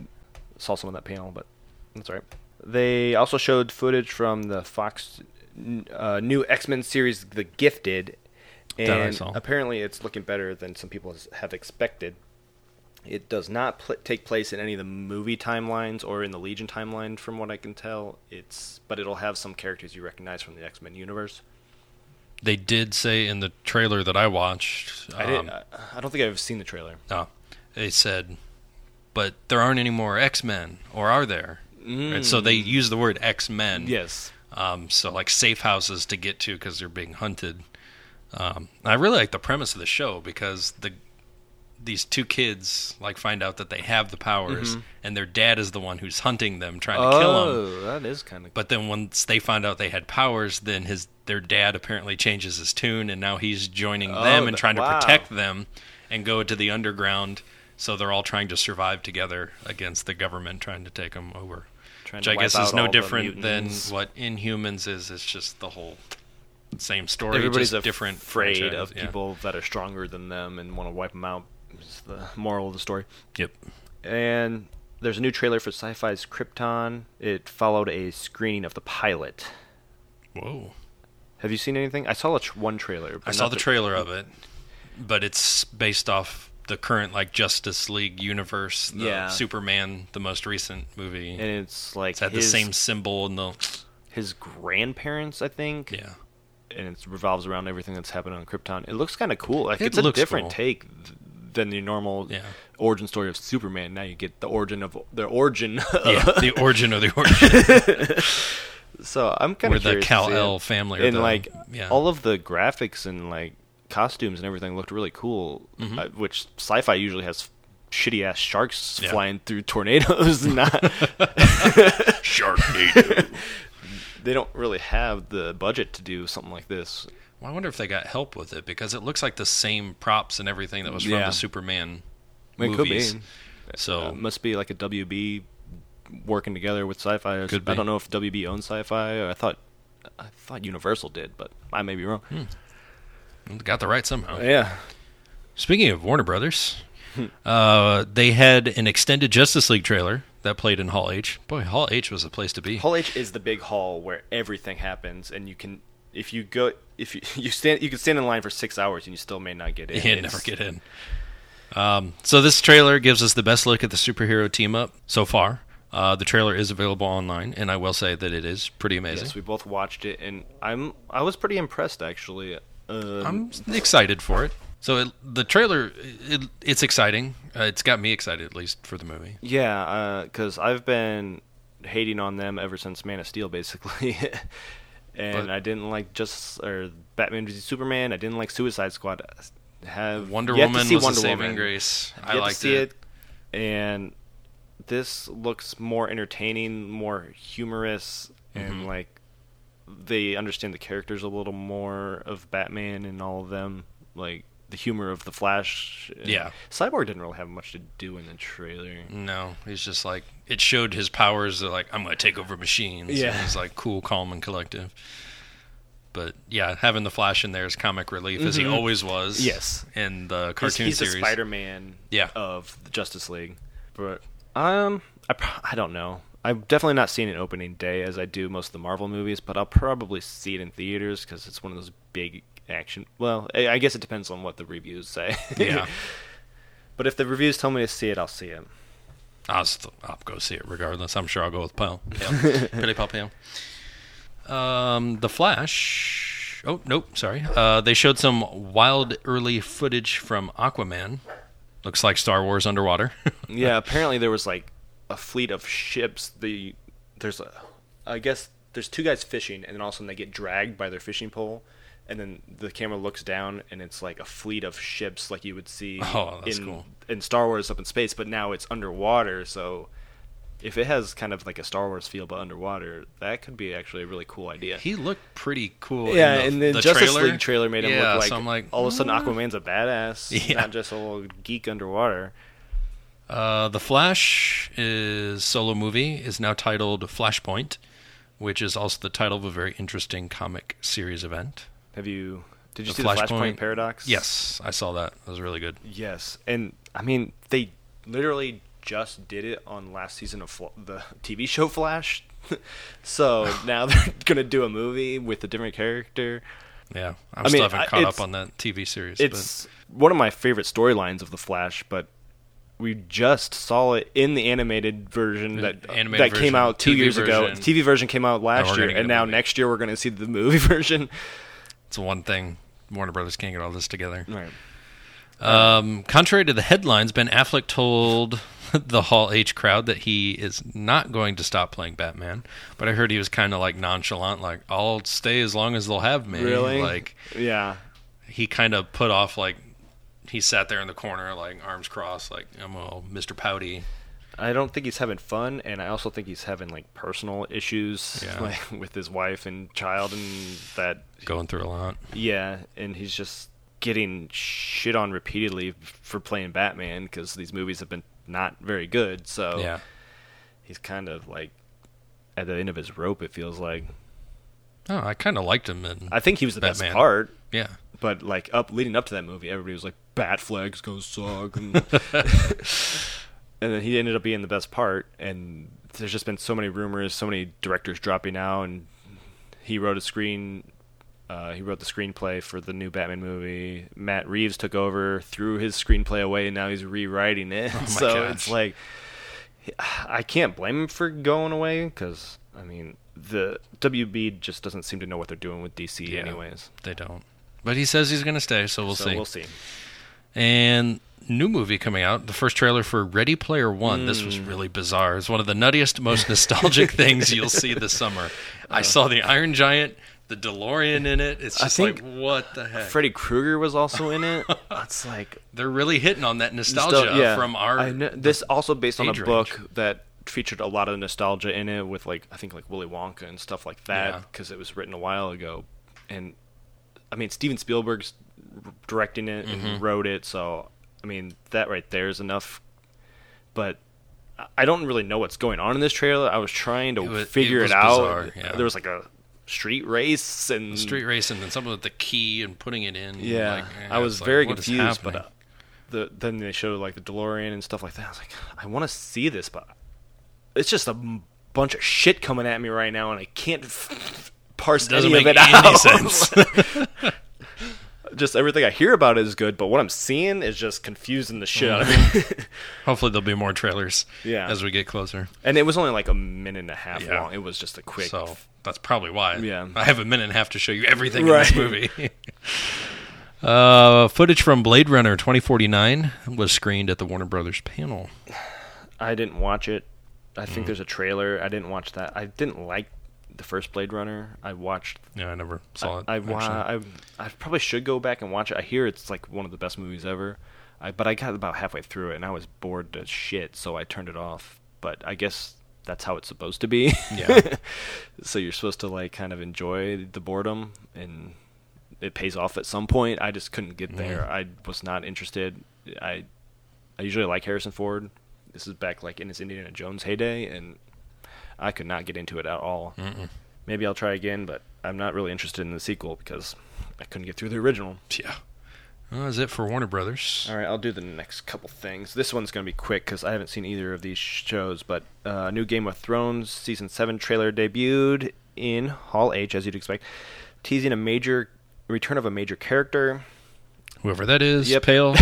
Speaker 2: saw some of that panel, but that's all right. They also showed footage from the Fox n- uh, new X Men series, The Gifted, and
Speaker 1: That I saw.
Speaker 2: apparently it's looking better than some people has- have expected. It does not pl- take place in any of the movie timelines or in the Legion timeline, from what I can tell. It's but it'll have some characters you recognize from the X Men universe.
Speaker 1: They did say in the trailer that I watched.
Speaker 2: I didn't.
Speaker 1: um,
Speaker 2: I, I don't think I've seen the trailer.
Speaker 1: No. They said, but there aren't any more X Men, or are there? And so
Speaker 2: Mm.
Speaker 1: they use the word X Men.
Speaker 2: Yes.
Speaker 1: Um, so, like, safe houses to get to because they're being hunted. Um, I really like the premise of the show because the these two kids like find out that they have the powers
Speaker 2: Mm-hmm.
Speaker 1: and their dad is the one who's hunting them trying to kill them
Speaker 2: Oh, that is kind of.
Speaker 1: but then once they find out they had powers, then his their dad apparently changes his tune, and now he's joining
Speaker 2: Oh,
Speaker 1: them
Speaker 2: th-
Speaker 1: and trying
Speaker 2: wow.
Speaker 1: to protect them and go to the underground. So they're all trying to survive together against the government trying to take them over.
Speaker 2: Trying
Speaker 1: Which
Speaker 2: to
Speaker 1: I guess
Speaker 2: wipe
Speaker 1: is
Speaker 2: out
Speaker 1: no
Speaker 2: all the
Speaker 1: different than
Speaker 2: mutants.
Speaker 1: what Inhumans is. It's just the whole same story.
Speaker 2: Everybody's
Speaker 1: just
Speaker 2: af-
Speaker 1: different
Speaker 2: afraid
Speaker 1: franchise,
Speaker 2: of
Speaker 1: yeah.
Speaker 2: people that are stronger than them and want to wipe them out. Is the moral of the story.
Speaker 1: Yep.
Speaker 2: And there's a new trailer for Sci-Fi's Krypton. It followed a screening of the pilot.
Speaker 1: Whoa.
Speaker 2: Have you seen anything? I saw a tr- one trailer.
Speaker 1: I
Speaker 2: but
Speaker 1: saw
Speaker 2: not
Speaker 1: the trailer of it, but it's based off the current like Justice League universe, the
Speaker 2: Yeah.
Speaker 1: Superman, the most recent movie.
Speaker 2: And it's like
Speaker 1: It's had
Speaker 2: his,
Speaker 1: the same symbol and the
Speaker 2: his grandparents, I think.
Speaker 1: yeah.
Speaker 2: and it revolves around everything that's happened on Krypton. It looks kind of cool. Like
Speaker 1: It
Speaker 2: it's a
Speaker 1: looks
Speaker 2: different
Speaker 1: cool.
Speaker 2: take th- than the normal
Speaker 1: Yeah.
Speaker 2: origin story of Superman. Now you get the origin of the origin. *laughs*
Speaker 1: Yeah, the origin of the origin.
Speaker 2: so I'm kind
Speaker 1: Where
Speaker 2: of
Speaker 1: the
Speaker 2: curious. to see
Speaker 1: Cal El
Speaker 2: it.
Speaker 1: family are
Speaker 2: and
Speaker 1: the-
Speaker 2: like
Speaker 1: yeah.
Speaker 2: all of the graphics and like costumes and everything looked really cool.
Speaker 1: Mm-hmm.
Speaker 2: Uh, which sci-fi usually has shitty ass sharks
Speaker 1: Yeah.
Speaker 2: flying through tornadoes.
Speaker 1: *laughs*
Speaker 2: and Not *laughs*
Speaker 1: Sharknado.
Speaker 2: they don't really have the budget to do something like this.
Speaker 1: Well, I wonder if they got help with it because it looks like the same props and everything that was from
Speaker 2: Yeah.
Speaker 1: the Superman
Speaker 2: It could be.
Speaker 1: movies. So
Speaker 2: Uh, must be like a WB working together with Sci-Fi. or s-
Speaker 1: Could
Speaker 2: I
Speaker 1: be.
Speaker 2: don't know if WB owns Sci-Fi. Or I thought I thought Universal did, but I may be wrong.
Speaker 1: Hmm. got the right somehow.
Speaker 2: Yeah,
Speaker 1: Speaking of Warner Brothers,
Speaker 2: Hmm.
Speaker 1: uh, they had an extended Justice League trailer that played in Hall H. Boy, Hall H was the place to be. *laughs*
Speaker 2: Hall H is the big hall where everything happens, and you can if you go if you, *laughs* you stand you can stand in line for six hours and you still may not get in.
Speaker 1: Yeah, never get in. Um, so this trailer gives us the best look at the superhero team up so far. Uh, the trailer is available online, and I will say that it is pretty amazing.
Speaker 2: Yes, we both watched it, and I'm I was pretty impressed actually. Um,
Speaker 1: I'm excited for it. So it, the trailer, it, it's exciting. Uh, it's got me excited, at least for the movie.
Speaker 2: uh, Yeah, because I've been hating on them ever since Man of Steel, basically. *laughs* and
Speaker 1: But-
Speaker 2: I didn't like just or Batman v Superman. I didn't like Suicide Squad. I Have
Speaker 1: Wonder
Speaker 2: yet to
Speaker 1: Woman
Speaker 2: see
Speaker 1: was a
Speaker 2: Wonder
Speaker 1: saving
Speaker 2: Woman.
Speaker 1: grace.
Speaker 2: I've
Speaker 1: I
Speaker 2: yet to
Speaker 1: liked
Speaker 2: see
Speaker 1: it.
Speaker 2: and this looks more entertaining, more humorous,
Speaker 1: Mm-hmm.
Speaker 2: and like they understand the characters a little more of Batman and all of them, like the humor of the Flash. and-
Speaker 1: Yeah.
Speaker 2: Cyborg didn't really have much to do in the trailer.
Speaker 1: No, he's just like it showed his powers. They're like, I'm going to take over machines.
Speaker 2: Yeah.
Speaker 1: and he's like cool, calm, and collective. But yeah, having the Flash in there is comic relief as he
Speaker 2: Mhm.
Speaker 1: always was.
Speaker 2: Yes.
Speaker 1: in the
Speaker 2: He's-
Speaker 1: cartoon
Speaker 2: he's
Speaker 1: series.
Speaker 2: the Spider-Man
Speaker 1: Yeah.
Speaker 2: of the Justice League. But um I pro- I don't know. I'm definitely not seeing it opening day as I do most of the Marvel movies, but I'll probably see it in theaters cuz it's one of those big action. Well, I I guess it depends on what the reviews say.
Speaker 1: Yeah.
Speaker 2: *laughs* but if the reviews tell me to see it, I'll see it.
Speaker 1: I'll, st- I'll go see it regardless. I'm sure I'll go with
Speaker 2: *laughs*
Speaker 1: Pal. Yeah. Pretty Pal Pam. Um, the Flash. Oh nope, sorry. Uh, they showed some wild early footage from Aquaman. Looks like Star Wars underwater. *laughs*
Speaker 2: Yeah, apparently there was like a fleet of ships. The there's a, I guess there's two guys fishing, and then all of a sudden they get dragged by their fishing pole, and then the camera looks down, and it's like a fleet of ships, like you would see
Speaker 1: Oh, that's
Speaker 2: in
Speaker 1: cool.
Speaker 2: in Star Wars up in space, but now it's underwater. So if it has kind of like a Star Wars feel, but underwater, that could be actually a really cool idea.
Speaker 1: he looked pretty cool.
Speaker 2: yeah,
Speaker 1: in
Speaker 2: and
Speaker 1: the,
Speaker 2: the,
Speaker 1: the
Speaker 2: Justice
Speaker 1: trailer.
Speaker 2: League trailer made him
Speaker 1: Yeah,
Speaker 2: look like,
Speaker 1: so I'm like,
Speaker 2: all of a sudden Aquaman's a badass,
Speaker 1: Yeah.
Speaker 2: not just a little geek underwater.
Speaker 1: Uh, the Flash is solo movie is now titled Flashpoint, which is also the title of a very interesting comic series event.
Speaker 2: Have you? Did you
Speaker 1: The
Speaker 2: see the
Speaker 1: Flashpoint-
Speaker 2: Flashpoint Paradox?
Speaker 1: Yes, I saw that. That was really good.
Speaker 2: Yes, and I mean they literally just did it on last season of Fl- the TV show Flash, *laughs*
Speaker 1: *sighs*
Speaker 2: so now they're *laughs* gonna do a movie with a different character.
Speaker 1: Yeah, I'm
Speaker 2: I
Speaker 1: still
Speaker 2: mean,
Speaker 1: haven't
Speaker 2: I-
Speaker 1: caught up
Speaker 2: it's-
Speaker 1: on that TV series.
Speaker 2: It's one of my favorite storylines of the Flash, but we just saw it in the animated version
Speaker 1: The
Speaker 2: that uh,
Speaker 1: animated
Speaker 2: that
Speaker 1: version,
Speaker 2: came out two
Speaker 1: TV
Speaker 2: years ago.
Speaker 1: version.
Speaker 2: The TV version came out
Speaker 1: we're
Speaker 2: last
Speaker 1: gonna
Speaker 2: year,
Speaker 1: get
Speaker 2: and
Speaker 1: a
Speaker 2: now
Speaker 1: movie.
Speaker 2: next year we're gonna see the movie *laughs* version.
Speaker 1: but it's one thing. Warner Brothers can't get all this together.
Speaker 2: Right.
Speaker 1: Um, contrary to the headlines, Ben Affleck told *laughs* the Hall H crowd that he is not going to stop playing Batman. But I heard he was kind of like nonchalant, like I'll stay as long as they'll have me.
Speaker 2: Really?
Speaker 1: Like
Speaker 2: Yeah.
Speaker 1: he kind of put off like he sat there in the corner, like arms crossed, like I'm all Mr. Pouty.
Speaker 2: I don't think he's having fun, and I also think he's having like personal issues,
Speaker 1: Yeah.
Speaker 2: like *laughs* with his wife and child, and that
Speaker 1: Going through a lot.
Speaker 2: yeah, and he's just getting shit on repeatedly for playing Batman because these movies have been not very good. So
Speaker 1: Yeah.
Speaker 2: he's kind of like at the end of his rope. It feels like
Speaker 1: Oh, I kind of liked him. And
Speaker 2: I think he was the
Speaker 1: Batman.
Speaker 2: best part,
Speaker 1: yeah,
Speaker 2: but like up leading up to that movie, everybody was like Batfleck's gonna
Speaker 1: *laughs*
Speaker 2: suck, and *laughs* and then he ended up being the best part. And there's just been so many rumors, so many directors dropping out, and he wrote a screen. Uh, he wrote the screenplay for the new Batman movie. Matt Reeves took over, threw his screenplay away, and now he's rewriting it.
Speaker 1: Oh my
Speaker 2: *laughs* so
Speaker 1: gosh.
Speaker 2: it's like I can't blame him for going away because I mean the WB just doesn't seem to know what they're doing with DC,
Speaker 1: Yeah.
Speaker 2: anyways.
Speaker 1: they don't. But he says he's going to stay, so we'll
Speaker 2: so
Speaker 1: see.
Speaker 2: we'll see.
Speaker 1: and new movie coming out the first trailer for ready player one this
Speaker 2: Mm.
Speaker 1: was really bizarre it's one of the nuttiest most
Speaker 2: *laughs*
Speaker 1: nostalgic things you'll see this summer i saw the iron giant the delorean in it it's
Speaker 2: Uh. I
Speaker 1: just
Speaker 2: think
Speaker 1: like what the heck
Speaker 2: Freddy Krueger was also in
Speaker 1: *laughs*
Speaker 2: it. It's like
Speaker 1: they're really hitting on that nostalgia
Speaker 2: Nostal- yeah.
Speaker 1: from our
Speaker 2: I know- this also based on a
Speaker 1: age range.
Speaker 2: book that featured a lot of nostalgia in it with like I think like Willy Wonka and stuff like
Speaker 1: Yeah.
Speaker 2: that because it was written a while ago, and I mean Steven Spielberg's directing it
Speaker 1: Mm-hmm.
Speaker 2: and wrote it, so I mean that right there is enough. But I- I don't really know what's going on in this trailer. I was trying to
Speaker 1: It was- it
Speaker 2: figure it,
Speaker 1: was
Speaker 2: out.
Speaker 1: bizarre, yeah.
Speaker 2: There was like a street race and
Speaker 1: street racing and something with the key and putting it in
Speaker 2: yeah,
Speaker 1: like, eh,
Speaker 2: I was
Speaker 1: it's like,
Speaker 2: very
Speaker 1: what is
Speaker 2: confused, but
Speaker 1: happening?
Speaker 2: uh, the then they showed like the DeLorean and stuff like that. I was like, I want to see this, but it's just a m- bunch of shit coming at me right now, and I can't f- parse
Speaker 1: doesn't
Speaker 2: any
Speaker 1: make
Speaker 2: of it
Speaker 1: any *laughs*
Speaker 2: out.
Speaker 1: sense
Speaker 2: *laughs* just everything I hear about is good, but what I'm seeing is just confusing the shit out of me.
Speaker 1: Mm-hmm. hopefully there'll be more trailers
Speaker 2: Yeah.
Speaker 1: as we get closer
Speaker 2: *laughs* and it was only like a minute and a half
Speaker 1: Yeah.
Speaker 2: long. It was just a quick.
Speaker 1: So that's probably why.
Speaker 2: Yeah.
Speaker 1: I have a minute and a half to show you everything in this
Speaker 2: Right.
Speaker 1: movie. *laughs* uh, footage from Blade Runner 2049 was screened at the Warner Brothers panel. Mm-hmm.
Speaker 2: I didn't watch it. I think there's a trailer. I didn't watch that. I didn't like the first Blade Runner. I watched.
Speaker 1: Yeah, I never saw it.
Speaker 2: I, I,
Speaker 1: actually.
Speaker 2: wa- I I probably should go back and watch it. I hear it's like one of the best movies ever. I, but I got about halfway through it and I was bored to shit, so I turned it off. But I guess that's how it's supposed to be.
Speaker 1: Yeah.
Speaker 2: *laughs* so you're supposed to like kind of enjoy the boredom and it pays off at some point. I just couldn't
Speaker 1: Mm-hmm.
Speaker 2: get there. I was not interested. I I usually like Harrison Ford. This is back like in his Indiana Jones heyday, and I could not get into it at all. Maybe I'll try again, but I'm not really interested in the sequel because I couldn't get through the original.
Speaker 1: yeah. Well, that's it for Warner Brothers.
Speaker 2: All right, I'll do the next couple things. This one's going to be quick because I haven't seen either of these shows. But uh, new Game of Thrones season seven trailer debuted in Hall H, as you'd expect, teasing a major return of a major character.
Speaker 1: Whoever that is,
Speaker 2: Yep. *laughs*
Speaker 1: Pale,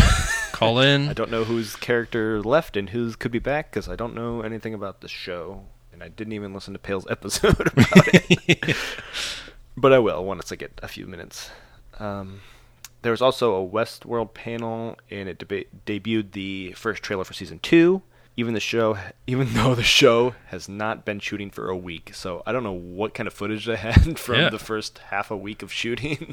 Speaker 1: call in.
Speaker 2: I
Speaker 1: *laughs*
Speaker 2: don't know whose character left and whose could be back because I don't know anything about the show, and I didn't even listen to Pale's *laughs* episode
Speaker 1: *laughs*
Speaker 2: about it. but I will once I get a few minutes. Um, there was also a Westworld panel, and it deba- debuted the first trailer for season two. Even the show, *laughs* even though the show has not been shooting for a week, so I don't know what kind of footage they *laughs* had from
Speaker 1: Yeah.
Speaker 2: the first half a week
Speaker 1: *laughs*
Speaker 2: of shooting.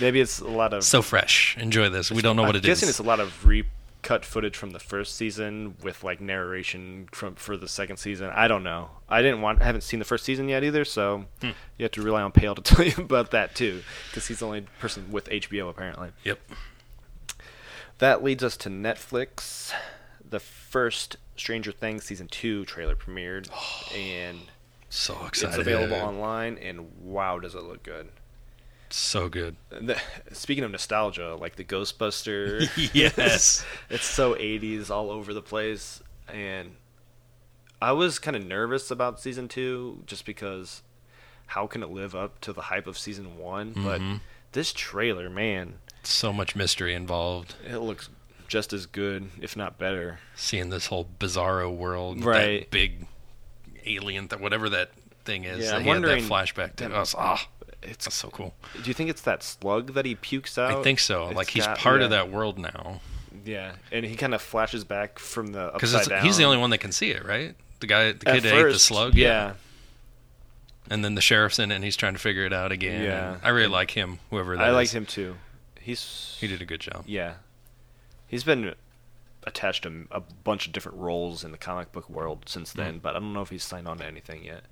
Speaker 2: Maybe it's a lot of
Speaker 1: so fresh. Enjoy this. We don't know
Speaker 2: I'm
Speaker 1: what it is.
Speaker 2: guessing it's a lot of recut footage from the first season with like narration from for the second season. I don't know. I didn't want. I haven't seen the first season yet either, so
Speaker 1: Hmm.
Speaker 2: you have to rely on Pale to *laughs* tell you about that too, because he's the only person with HBO apparently.
Speaker 1: Yep.
Speaker 2: That leads us to Netflix. The first Stranger Things season two trailer premiered, and
Speaker 1: So
Speaker 2: it's
Speaker 1: Oh, excited.
Speaker 2: available online. And wow, does it look good!
Speaker 1: So
Speaker 2: *laughs*
Speaker 1: good.
Speaker 2: The- speaking of nostalgia, like
Speaker 1: *laughs*
Speaker 2: the Ghostbuster
Speaker 1: Yes.
Speaker 2: it's so 80s all over the place and i was kind of nervous about season two just because how can it live up to the hype of season one but this trailer man
Speaker 1: Mm-hmm. so much mystery involved.
Speaker 2: it looks just as good if not better
Speaker 1: Seeing this whole bizarro world, with
Speaker 2: Right.
Speaker 1: That big alien, th- whatever that thing is.
Speaker 2: Yeah,
Speaker 1: that
Speaker 2: I'm
Speaker 1: he had that
Speaker 2: wondering-
Speaker 1: flashback to us. Ah,
Speaker 2: it's
Speaker 1: that's so cool.
Speaker 2: do you think it's that slug that he pukes out
Speaker 1: I think so.
Speaker 2: It's
Speaker 1: Like he's
Speaker 2: got-
Speaker 1: part of
Speaker 2: yeah,
Speaker 1: that world now
Speaker 2: yeah and he kind of flashes back from the upside
Speaker 1: because
Speaker 2: down
Speaker 1: he's the only one that can see it, right? The guy, the
Speaker 2: At
Speaker 1: kid that ate the
Speaker 2: first,
Speaker 1: slug, And then the sheriff's in it, and he's trying to figure it out again.
Speaker 2: Yeah.
Speaker 1: And I really like him, whoever that
Speaker 2: i
Speaker 1: is.
Speaker 2: liked him too he's
Speaker 1: He did a good job.
Speaker 2: Yeah, he's been attached to m- a bunch of different roles in the comic book world since
Speaker 1: Mm.
Speaker 2: then, but I don't know if he's signed on to anything yet.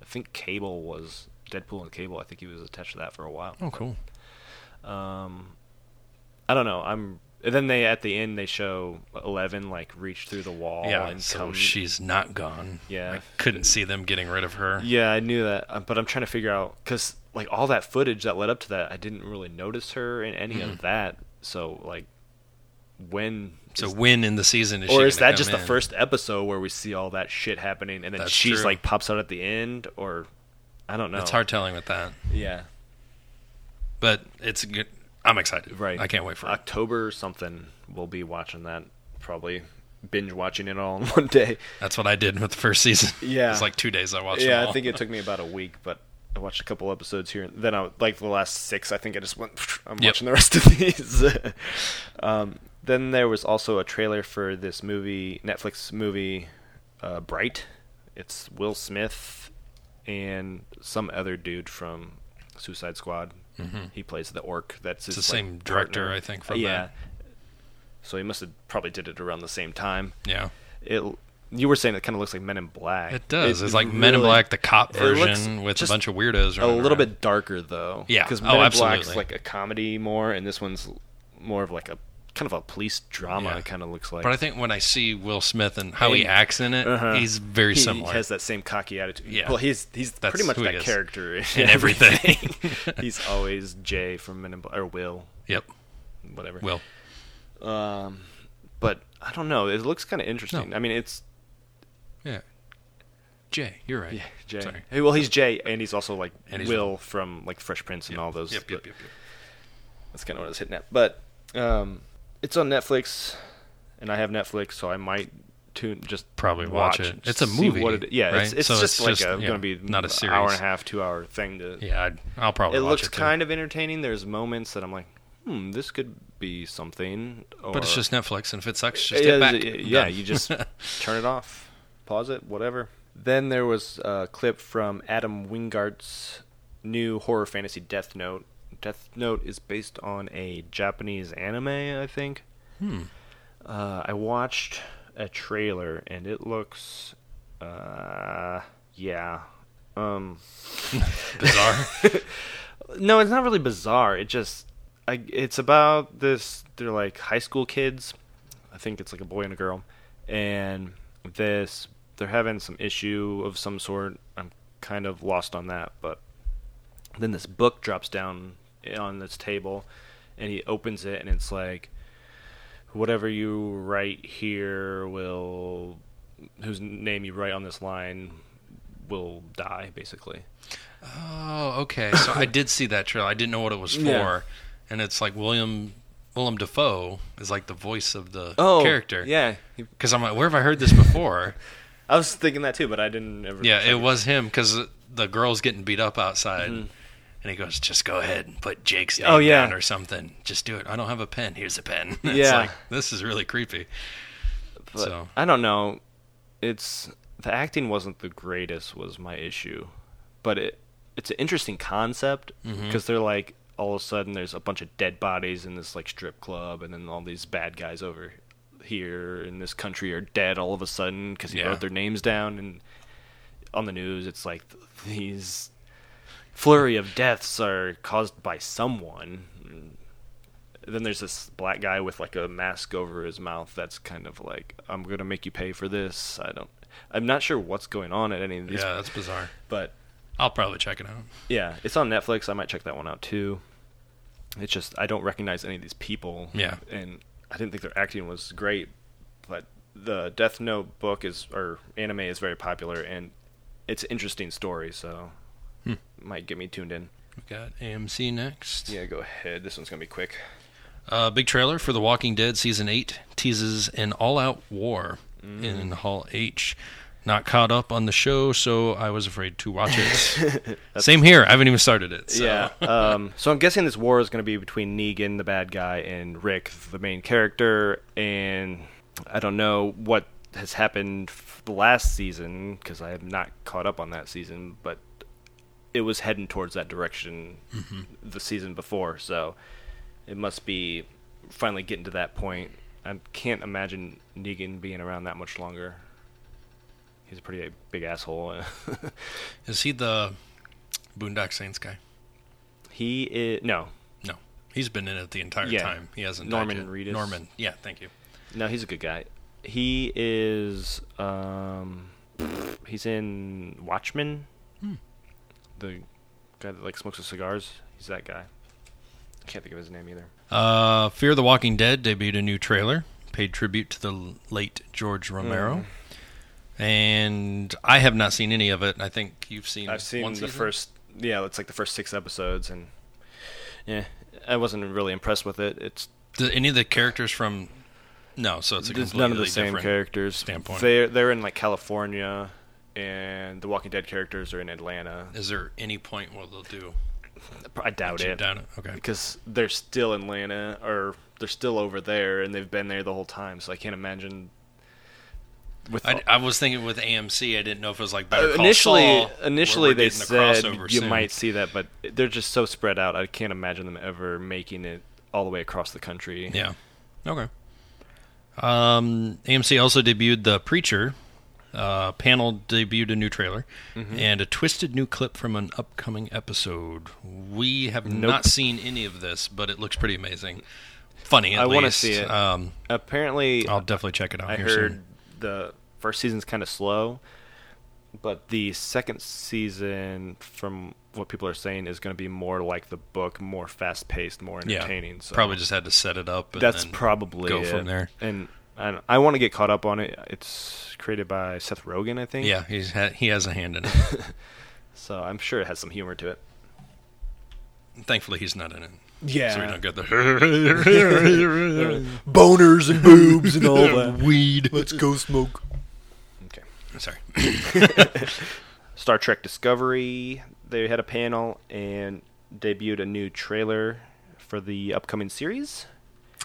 Speaker 2: I think Cable was Deadpool and Cable. I think he was attached to that for a while.
Speaker 1: Oh, cool.
Speaker 2: Um, I don't know. I'm. And then they at the end they show Eleven like reach through the wall
Speaker 1: yeah.
Speaker 2: and
Speaker 1: So
Speaker 2: come.
Speaker 1: she's not gone.
Speaker 2: Yeah.
Speaker 1: I couldn't see them getting rid of her.
Speaker 2: Yeah, I knew that, uh, but I'm trying to figure out because like all that footage that led up to that, I didn't really notice her in any of that. So like, when
Speaker 1: Mm-hmm. So
Speaker 2: is
Speaker 1: when in the season is she?
Speaker 2: or is
Speaker 1: gonna
Speaker 2: that just
Speaker 1: come
Speaker 2: the
Speaker 1: in?
Speaker 2: first episode where we see all that shit happening and then
Speaker 1: That's
Speaker 2: she's
Speaker 1: true.
Speaker 2: like pops out at the end or i don't know
Speaker 1: It's hard telling with that,
Speaker 2: yeah
Speaker 1: but it's a good. I'm excited.
Speaker 2: right
Speaker 1: I can't wait for it.
Speaker 2: october something we'll be watching that probably binge watching it all in *laughs* one day
Speaker 1: That's what I did with the first season. *laughs*
Speaker 2: Yeah.
Speaker 1: it's like two days. I watched.
Speaker 2: yeah
Speaker 1: them
Speaker 2: i
Speaker 1: all. *laughs*
Speaker 2: think it took me about a week but i watched a couple episodes here and then i like the last six i think i just went i'm
Speaker 1: Yep.
Speaker 2: watching the rest of these *laughs* um, then there was also a trailer for this movie netflix movie uh, bright it's will smith and some other dude from suicide squad
Speaker 1: Mm-hmm.
Speaker 2: he plays the orc that's
Speaker 1: it's the
Speaker 2: his, like,
Speaker 1: same director,
Speaker 2: partner.
Speaker 1: I think.
Speaker 2: Uh,
Speaker 1: From
Speaker 2: yeah
Speaker 1: that.
Speaker 2: so he must have probably did it around the same time
Speaker 1: yeah,
Speaker 2: it you were saying it kind of looks like men in black
Speaker 1: it does. it's like Men in
Speaker 2: really-
Speaker 1: Black, the cop
Speaker 2: it looks
Speaker 1: version, with a
Speaker 2: just
Speaker 1: bunch of weirdos.
Speaker 2: a
Speaker 1: running
Speaker 2: little
Speaker 1: around.
Speaker 2: bit darker though.
Speaker 1: Yeah.
Speaker 2: because
Speaker 1: Oh,
Speaker 2: Men in Black's
Speaker 1: absolutely.
Speaker 2: like a comedy more, and this one's more of like a kind of a police drama.
Speaker 1: Yeah.
Speaker 2: It kind of looks like.
Speaker 1: But I think when I see Will Smith and how he
Speaker 2: Hey.
Speaker 1: acts in it,
Speaker 2: Uh-huh.
Speaker 1: he's very
Speaker 2: He
Speaker 1: similar.
Speaker 2: has that same cocky attitude.
Speaker 1: Yeah.
Speaker 2: Well, he's he's
Speaker 1: That's
Speaker 2: pretty much
Speaker 1: who he
Speaker 2: that
Speaker 1: is.
Speaker 2: character in,
Speaker 1: In everything. *laughs*
Speaker 2: he's always Jay from Men in Black or Will,
Speaker 1: yep.
Speaker 2: whatever.
Speaker 1: Will.
Speaker 2: Um, but I don't know. It looks kind of interesting.
Speaker 1: No.
Speaker 2: I mean, it's
Speaker 1: Yeah. Jay, you're right.
Speaker 2: yeah, Jay.
Speaker 1: Sorry.
Speaker 2: Hey, well, he's Jay, and he's also like
Speaker 1: And he's
Speaker 2: Will from like Fresh Prince and all those.
Speaker 1: Yep.
Speaker 2: but-
Speaker 1: Yep. Yep. yep.
Speaker 2: That's kind of what I was hitting at. But um, it's on Netflix, and I have Netflix, so I might tune just
Speaker 1: Probably watch it. It's a
Speaker 2: see
Speaker 1: movie,
Speaker 2: it- yeah, it's,
Speaker 1: right?
Speaker 2: it's
Speaker 1: So
Speaker 2: just
Speaker 1: it's
Speaker 2: like
Speaker 1: just-
Speaker 2: a,
Speaker 1: yeah,
Speaker 2: going to be
Speaker 1: not a
Speaker 2: an hour and
Speaker 1: series.
Speaker 2: a half, two hour thing. To
Speaker 1: Yeah. I'd, I'll probably.
Speaker 2: it
Speaker 1: watch
Speaker 2: looks
Speaker 1: it
Speaker 2: kind of entertaining. There's moments that I'm like, hmm, this could be something. Or,
Speaker 1: But it's just Netflix, and if it sucks, just
Speaker 2: yeah,
Speaker 1: *laughs* get back.
Speaker 2: yeah,
Speaker 1: Done.
Speaker 2: you just turn it off, pause it, whatever. Then there was a clip from Adam Wingart's new horror fantasy Death Note. Death Note is based on a Japanese anime, I think.
Speaker 1: Hmm.
Speaker 2: Uh, I watched a trailer and it looks, uh, yeah, um, *laughs*
Speaker 1: Bizarre.
Speaker 2: no, it's not really bizarre. It just, I, it's about this. They're like high school kids. I think it's like a boy and a girl, and this they're having some issue of some sort. I'm kind of lost on that, but then this book drops down on this table, and he opens it, and it's like, whatever you write here will, whose name you write on this line will die, basically.
Speaker 1: oh, okay. So I did see that trailer. I didn't know what it was for,
Speaker 2: *laughs* Yeah.
Speaker 1: and it's like William Willem Dafoe is like the voice of the character.
Speaker 2: Oh, Yeah,
Speaker 1: Because I'm like, where have I heard this
Speaker 2: *laughs*
Speaker 1: before?
Speaker 2: I was thinking that too, but I didn't ever.
Speaker 1: yeah, it was him because the girl's getting beat up outside. And he goes, just go ahead and put Jake's name
Speaker 2: Mm-hmm. Oh, yeah.
Speaker 1: down or something. Just do it. I don't have a pen. Here's a pen. *laughs* it's
Speaker 2: Yeah.
Speaker 1: like, this is really creepy.
Speaker 2: But
Speaker 1: so.
Speaker 2: I don't know. It's the acting wasn't the greatest was my issue, but it it's an interesting concept because
Speaker 1: Mm-hmm.
Speaker 2: they're like all of a sudden there's a bunch of dead bodies in this like strip club, and then all these bad guys over here in this country are dead all of a sudden because he
Speaker 1: Yeah.
Speaker 2: wrote their names down and on the news it's like these flurry of deaths are caused by someone then there's this black guy with like a mask over his mouth that's kind of like i'm gonna make you pay for this i don't i'm not sure what's going on at any of these
Speaker 1: Yeah, that's bizarre.
Speaker 2: but
Speaker 1: I'll probably check it out.
Speaker 2: yeah it's on netflix i might check that one out too it's just i don't recognize any of these people
Speaker 1: Yeah.
Speaker 2: and i didn't think their acting was great but the death note book is or anime is very popular and it's an interesting story so
Speaker 1: Hmm.
Speaker 2: might get me tuned in
Speaker 1: We've got AMC next.
Speaker 2: yeah go ahead this one's gonna be quick
Speaker 1: Uh, big trailer for The Walking Dead season eight teases an all-out war
Speaker 2: Mm.
Speaker 1: in Hall H. Not caught up on the show, so I was afraid to watch
Speaker 2: *laughs*
Speaker 1: it. Same here. I haven't even started it. So.
Speaker 2: Yeah. um, so I'm guessing this war is going to be between Negan, the bad guy, and Rick, the main character. And I don't know what has happened f- the last season because I have not caught up on that season, but it was heading towards that direction the season before. So it must be finally getting to that point. I can't imagine Negan being around that much longer. He's a pretty big asshole. *laughs*
Speaker 1: Is he the Boondock Saints guy?
Speaker 2: he is no,
Speaker 1: No, he's been in it the entire
Speaker 2: Yeah.
Speaker 1: time. He hasn't.
Speaker 2: Norman
Speaker 1: died yet.
Speaker 2: Reedus.
Speaker 1: Norman. Yeah, thank you.
Speaker 2: No, he's a good guy. He is. Um, he's in Watchmen.
Speaker 1: Hmm.
Speaker 2: The guy that like smokes the cigars. He's that guy. I can't think of his name either.
Speaker 1: Uh, Fear the Walking Dead debuted a new trailer, paid tribute to the l- late George Romero.
Speaker 2: Mm.
Speaker 1: And I have not seen any of it. I think you've seen.
Speaker 2: I've seen
Speaker 1: one
Speaker 2: the
Speaker 1: season?
Speaker 2: first. Yeah, it's like the first six episodes, and yeah, I wasn't really impressed with it. It's
Speaker 1: Do any of the characters from? No, so it's a
Speaker 2: There's
Speaker 1: completely
Speaker 2: none of the same
Speaker 1: different.
Speaker 2: characters.
Speaker 1: standpoint.
Speaker 2: They're they're in like California, and the Walking Dead characters are in Atlanta.
Speaker 1: Is there any point where they'll do?
Speaker 2: I doubt
Speaker 1: two
Speaker 2: it.
Speaker 1: down it? Okay.
Speaker 2: because they're still in Atlanta or they're still over there and they've been there the whole time. So I can't imagine. With
Speaker 1: I, I was thinking with AMC, I didn't know if it was like better
Speaker 2: Uh,
Speaker 1: Call
Speaker 2: initially,
Speaker 1: Saul, where
Speaker 2: initially
Speaker 1: we're
Speaker 2: they
Speaker 1: getting a
Speaker 2: said
Speaker 1: crossover
Speaker 2: you
Speaker 1: soon.
Speaker 2: might see that, but they're just so spread out. I can't imagine them ever making it all the way across the country.
Speaker 1: Yeah. Okay. Um, AMC also debuted the Preacher. Uh, panel debuted a new trailer
Speaker 2: Mm-hmm.
Speaker 1: and a twisted new clip from an upcoming episode. We have
Speaker 2: Nope.
Speaker 1: not seen any of this, but it looks pretty amazing. Funny, at
Speaker 2: I wanna
Speaker 1: least.
Speaker 2: see it.
Speaker 1: Um,
Speaker 2: Apparently,
Speaker 1: I'll definitely check it out.
Speaker 2: I
Speaker 1: here
Speaker 2: heard
Speaker 1: soon.
Speaker 2: the first season's kind of slow, but the second season, from what people are saying, is going to be more like the book, more fast paced, more entertaining.
Speaker 1: Yeah,
Speaker 2: so.
Speaker 1: probably just had to set it up. And
Speaker 2: That's
Speaker 1: then
Speaker 2: probably
Speaker 1: go
Speaker 2: it.
Speaker 1: from there.
Speaker 2: And I, don't- I want to get caught up on it. It's created by Seth Rogen, I think.
Speaker 1: Yeah, he's ha- he has a hand in it.
Speaker 2: *laughs* So I'm sure it has some humor to it.
Speaker 1: Thankfully, he's not in it.
Speaker 2: Yeah.
Speaker 1: So we don't get the
Speaker 2: Boners and boobs and all that.
Speaker 1: weed.
Speaker 2: go smoke. Okay.
Speaker 1: *laughs* Sorry. *clears throat*
Speaker 2: Star Trek Discovery. They had a panel and debuted a new trailer for the upcoming series.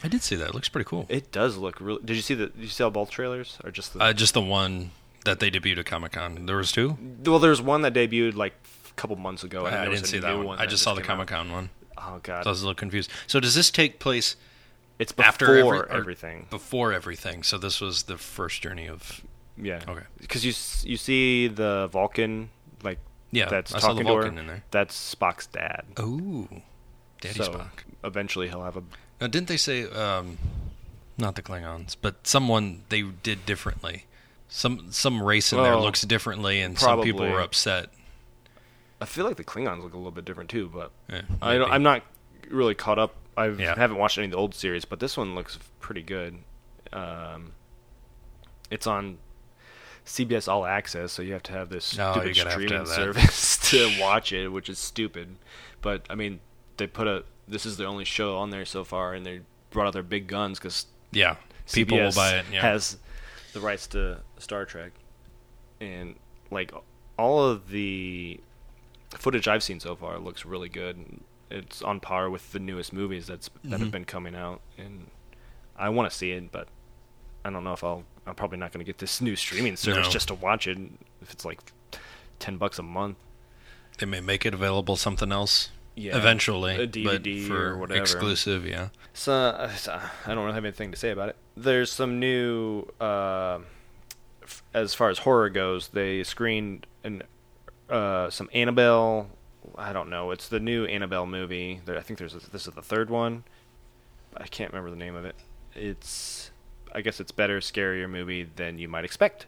Speaker 1: I did see that. It looks pretty cool.
Speaker 2: It does look really. Did you see the? Did you see all both trailers or just the?
Speaker 1: Uh, just the one that they debuted at Comic Con. There was two.
Speaker 2: Well, there's one that debuted like a couple months ago. and
Speaker 1: I,
Speaker 2: there was
Speaker 1: didn't
Speaker 2: a
Speaker 1: see that
Speaker 2: new
Speaker 1: one. I
Speaker 2: that
Speaker 1: just saw the
Speaker 2: came out.
Speaker 1: Comic Con one.
Speaker 2: Oh god,
Speaker 1: So I was a little confused. So does this take place
Speaker 2: it's
Speaker 1: after
Speaker 2: before
Speaker 1: every- or-
Speaker 2: everything.
Speaker 1: before everything? So this was the first journey of.
Speaker 2: Yeah.
Speaker 1: Okay.
Speaker 2: Because you s- you see the Vulcan like
Speaker 1: Yeah,
Speaker 2: that's
Speaker 1: I saw the
Speaker 2: talking to her.
Speaker 1: Vulcan in there.
Speaker 2: That's Spock's dad.
Speaker 1: Ooh, Daddy
Speaker 2: so
Speaker 1: Spock.
Speaker 2: eventually he'll have a
Speaker 1: Now, didn't they say um, not the Klingons, but someone they did differently? Some some race in there
Speaker 2: Oh,
Speaker 1: looks differently, and some people
Speaker 2: probably.
Speaker 1: were upset.
Speaker 2: I feel like the Klingons look a little bit different too, but
Speaker 1: Yeah,
Speaker 2: I don't,
Speaker 1: maybe.
Speaker 2: I'm not really caught up. I
Speaker 1: Yeah.
Speaker 2: haven't watched any of the old series, but this one looks pretty good. Um, it's on CBS All Access, so you have to have this
Speaker 1: Oh, you
Speaker 2: stupid
Speaker 1: gotta have to
Speaker 2: streaming
Speaker 1: have that. *laughs*
Speaker 2: service *laughs* to watch it, which is stupid. But I mean, they put a this is the only show on there so far, and they brought out their big guns because
Speaker 1: Yeah, people will
Speaker 2: CBS
Speaker 1: buy it. Yeah,
Speaker 2: Has the rights to Star Trek, and like all of the footage I've seen so far looks really good. It's on par with the newest movies that's that
Speaker 1: Mm-hmm.
Speaker 2: have been coming out, and I want to see it, but I don't know if I'll. I'm probably not going to get this new streaming service
Speaker 1: No.
Speaker 2: just to watch it if it's like ten bucks a month.
Speaker 1: they may make it available something else.
Speaker 2: Yeah,
Speaker 1: eventually,
Speaker 2: a
Speaker 1: but
Speaker 2: DVD
Speaker 1: for
Speaker 2: or whatever.
Speaker 1: exclusive. Yeah,
Speaker 2: So *sighs* uh, so, I don't really have anything to say about it. There's some new, uh, f- as far as horror goes, they screened an uh, some Annabelle. I don't know. It's the new Annabelle movie. There, I think there's this is the third one. I can't remember the name of it. It's I guess it's better, scarier movie than you might expect.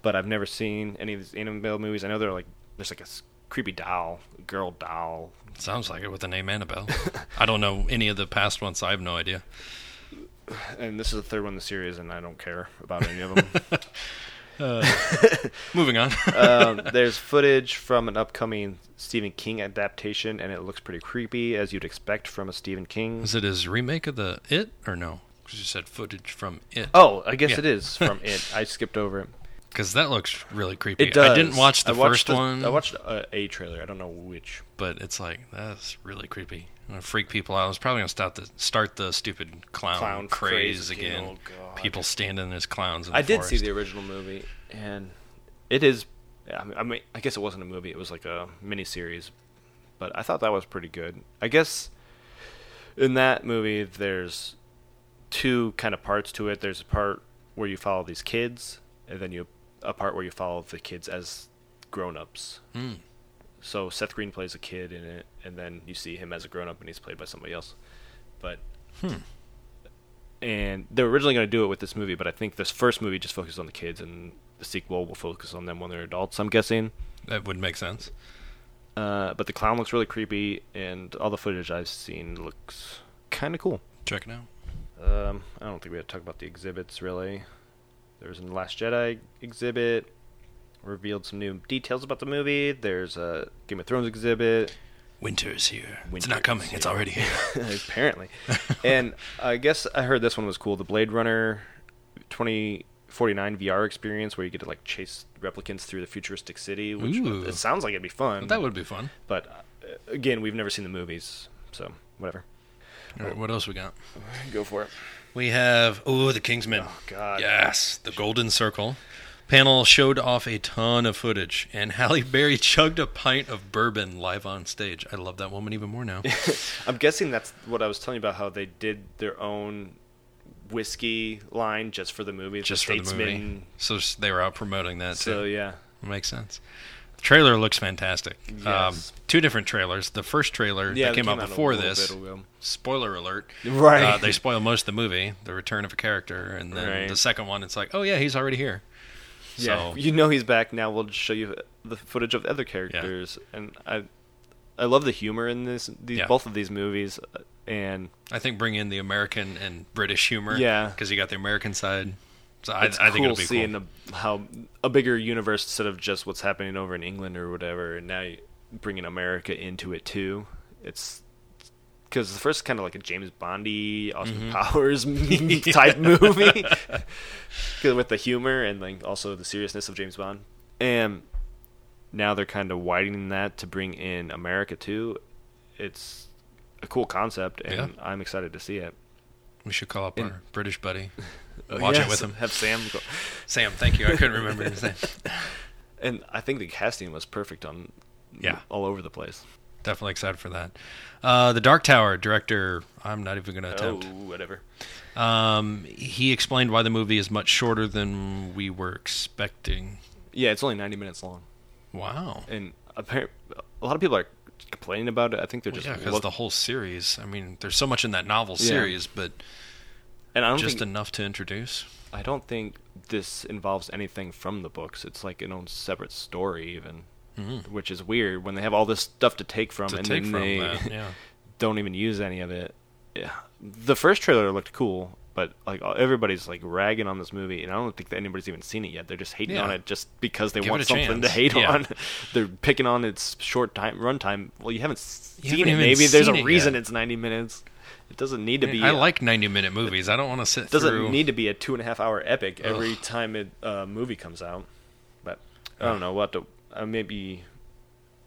Speaker 2: But I've never seen any of these Annabelle movies. I know they're like there's like a s- creepy doll, girl doll *laughs*
Speaker 1: sounds like it with the name Annabelle. I don't know any of the past ones. So I have no idea. *laughs*
Speaker 2: and this is the third one in the series, and I don't care about any of them.
Speaker 1: *laughs* Uh,
Speaker 2: *laughs*
Speaker 1: Moving on.
Speaker 2: um, there's footage from an upcoming Stephen King adaptation, and it looks pretty creepy, as you'd expect from a Stephen
Speaker 1: *laughs*
Speaker 2: King.
Speaker 1: Is it his remake of the It or no? 'Cause you said footage from It.
Speaker 2: Oh, I guess
Speaker 1: Yeah.
Speaker 2: it
Speaker 1: *laughs*
Speaker 2: is from it. I skipped over it.
Speaker 1: because that looks really creepy.
Speaker 2: It does.
Speaker 1: I didn't watch the
Speaker 2: I watched
Speaker 1: first one.
Speaker 2: I watched uh, a trailer. I don't know which.
Speaker 1: but it's like that's really creepy. I'm gonna freak people out. I was probably gonna start the start the stupid clown,
Speaker 2: Clown
Speaker 1: craze,
Speaker 2: craze
Speaker 1: again.
Speaker 2: again. Oh, God.
Speaker 1: People standing as clowns. In the
Speaker 2: I did see
Speaker 1: forest.
Speaker 2: the original movie, and it is. I mean, I mean, I guess it wasn't a movie; it was like a miniseries. But I thought that was pretty good. I guess in that movie, there's two kind of parts to it. There's a part where you follow these kids, and then you a part where you follow the kids as grown-ups.
Speaker 1: Hmm.
Speaker 2: So Seth Green plays a kid in it, and then you see him as a grown-up, and he's played by somebody else. But and they were originally going to do it with this movie, but I think this first movie just focused on the kids, and the sequel will focus on them when they're adults. I'm guessing.
Speaker 1: That would make sense.
Speaker 2: Uh, but the clown looks really creepy, and all the footage I've seen looks kind of cool.
Speaker 1: Check it out.
Speaker 2: Um, I don't think we have to talk about the exhibits really. There was an Last Jedi exhibit, revealed some new details about the movie. There's a Game of Thrones exhibit.
Speaker 1: Winter is here. it's
Speaker 2: Winter
Speaker 1: not
Speaker 2: is
Speaker 1: coming. It's
Speaker 2: here. *laughs*
Speaker 1: already here.
Speaker 2: apparently. and I guess I heard this one was cool. The Blade Runner 2049 VR experience, where you get to like chase replicants through the futuristic city, which
Speaker 1: Ooh.
Speaker 2: it sounds like it'd be
Speaker 1: *laughs*
Speaker 2: fun.
Speaker 1: that would be fun.
Speaker 2: But uh, again, we've never seen the movies, so whatever.
Speaker 1: All right, what else we got?
Speaker 2: Go for it.
Speaker 1: We have oh the Kingsman.
Speaker 2: Oh, God.
Speaker 1: Yes, the Golden Circle. Panel showed off a ton of footage, and *laughs* Halle Berry chugged a pint of bourbon live on stage. I love that woman even more
Speaker 2: *laughs*
Speaker 1: now.
Speaker 2: I'm guessing that's what I was telling you about how they did their own whiskey line just for the movie.
Speaker 1: just for the movie.
Speaker 2: Statesman.
Speaker 1: So s- they were out promoting that.
Speaker 2: So
Speaker 1: too.
Speaker 2: yeah,
Speaker 1: makes sense. The trailer looks fantastic.
Speaker 2: Yes.
Speaker 1: Um, two different trailers. The first trailer
Speaker 2: yeah,
Speaker 1: that
Speaker 2: it
Speaker 1: came, out
Speaker 2: a
Speaker 1: before
Speaker 2: little
Speaker 1: this.
Speaker 2: bit ago.
Speaker 1: Spoiler alert!
Speaker 2: Right.
Speaker 1: Uh, they spoil most of the movie, the return of a character, and then
Speaker 2: Right.
Speaker 1: the second one. It's like, oh yeah, he's already here.
Speaker 2: Yeah,
Speaker 1: So
Speaker 2: *laughs* you know he's back now. We'll just show you the footage of other characters, and I, I love the humor in this. These
Speaker 1: Yeah.
Speaker 2: both of these movies, uh, and
Speaker 1: I think bring in the American and British humor.
Speaker 2: Yeah.
Speaker 1: because you got the American side. So I,
Speaker 2: it's
Speaker 1: I think
Speaker 2: cool
Speaker 1: it'll be
Speaker 2: seeing
Speaker 1: cool.
Speaker 2: the- how a bigger universe instead of just what's happening over in England or whatever, and now you bringing America into it too. It's because the first kind of like a James Bondy,
Speaker 1: Mm-hmm. *laughs*
Speaker 2: Austin Powers *laughs* type movie, *laughs* 'Cause with the humor and like also the seriousness of James Bond, and now they're kind of widening that to bring in America too. It's a cool concept, and
Speaker 1: Yeah.
Speaker 2: I'm excited to see it.
Speaker 1: we should call up our British buddy.
Speaker 2: *laughs* Oh,
Speaker 1: Watch it
Speaker 2: yes,
Speaker 1: with him.
Speaker 2: Have Sam go.
Speaker 1: Sam, thank you. I couldn't remember his
Speaker 2: *laughs*
Speaker 1: name.
Speaker 2: And I think the casting was perfect on
Speaker 1: Yeah.
Speaker 2: all over the place.
Speaker 1: Definitely excited for that. Uh, the Dark Tower director, I'm not even going to attempt.
Speaker 2: Oh, whatever.
Speaker 1: Um, he explained why the movie is much shorter than we were expecting.
Speaker 2: Yeah, it's only 90 minutes long.
Speaker 1: Wow.
Speaker 2: And apparently, a lot of people are complaining about it. I think they're
Speaker 1: Well,
Speaker 2: just
Speaker 1: yeah, because
Speaker 2: look-
Speaker 1: the whole series. I mean, there's so much in that novel
Speaker 2: Yeah.
Speaker 1: series, but
Speaker 2: and I don't
Speaker 1: just
Speaker 2: think,
Speaker 1: enough to introduce.
Speaker 2: I don't think this involves anything from the books. It's like an own separate story even, which is weird when they have all this stuff to take from
Speaker 1: Mm-hmm. To
Speaker 2: and
Speaker 1: take
Speaker 2: then
Speaker 1: from
Speaker 2: they *laughs*
Speaker 1: that, yeah.
Speaker 2: don't even use any of it. Yeah. The first trailer looked cool, but like all- everybody's like ragging on this movie and I don't think that anybody's even seen it yet. They're just hating
Speaker 1: Yeah.
Speaker 2: on it just because they
Speaker 1: Give
Speaker 2: want
Speaker 1: it a
Speaker 2: something to
Speaker 1: chance.
Speaker 2: hate
Speaker 1: Yeah.
Speaker 2: on. *laughs* They're picking on its short time runtime. Well, you haven't seen
Speaker 1: haven't
Speaker 2: it.
Speaker 1: even
Speaker 2: Maybe there's
Speaker 1: seen
Speaker 2: a
Speaker 1: it
Speaker 2: reason
Speaker 1: yet.
Speaker 2: it's 90 minutes. It doesn't need to be
Speaker 1: I like 90 minute movies. I don't want to sit
Speaker 2: doesn't
Speaker 1: through.
Speaker 2: need to be a two and a half hour epic every time a uh, movie comes out. But I don't know what to. I may be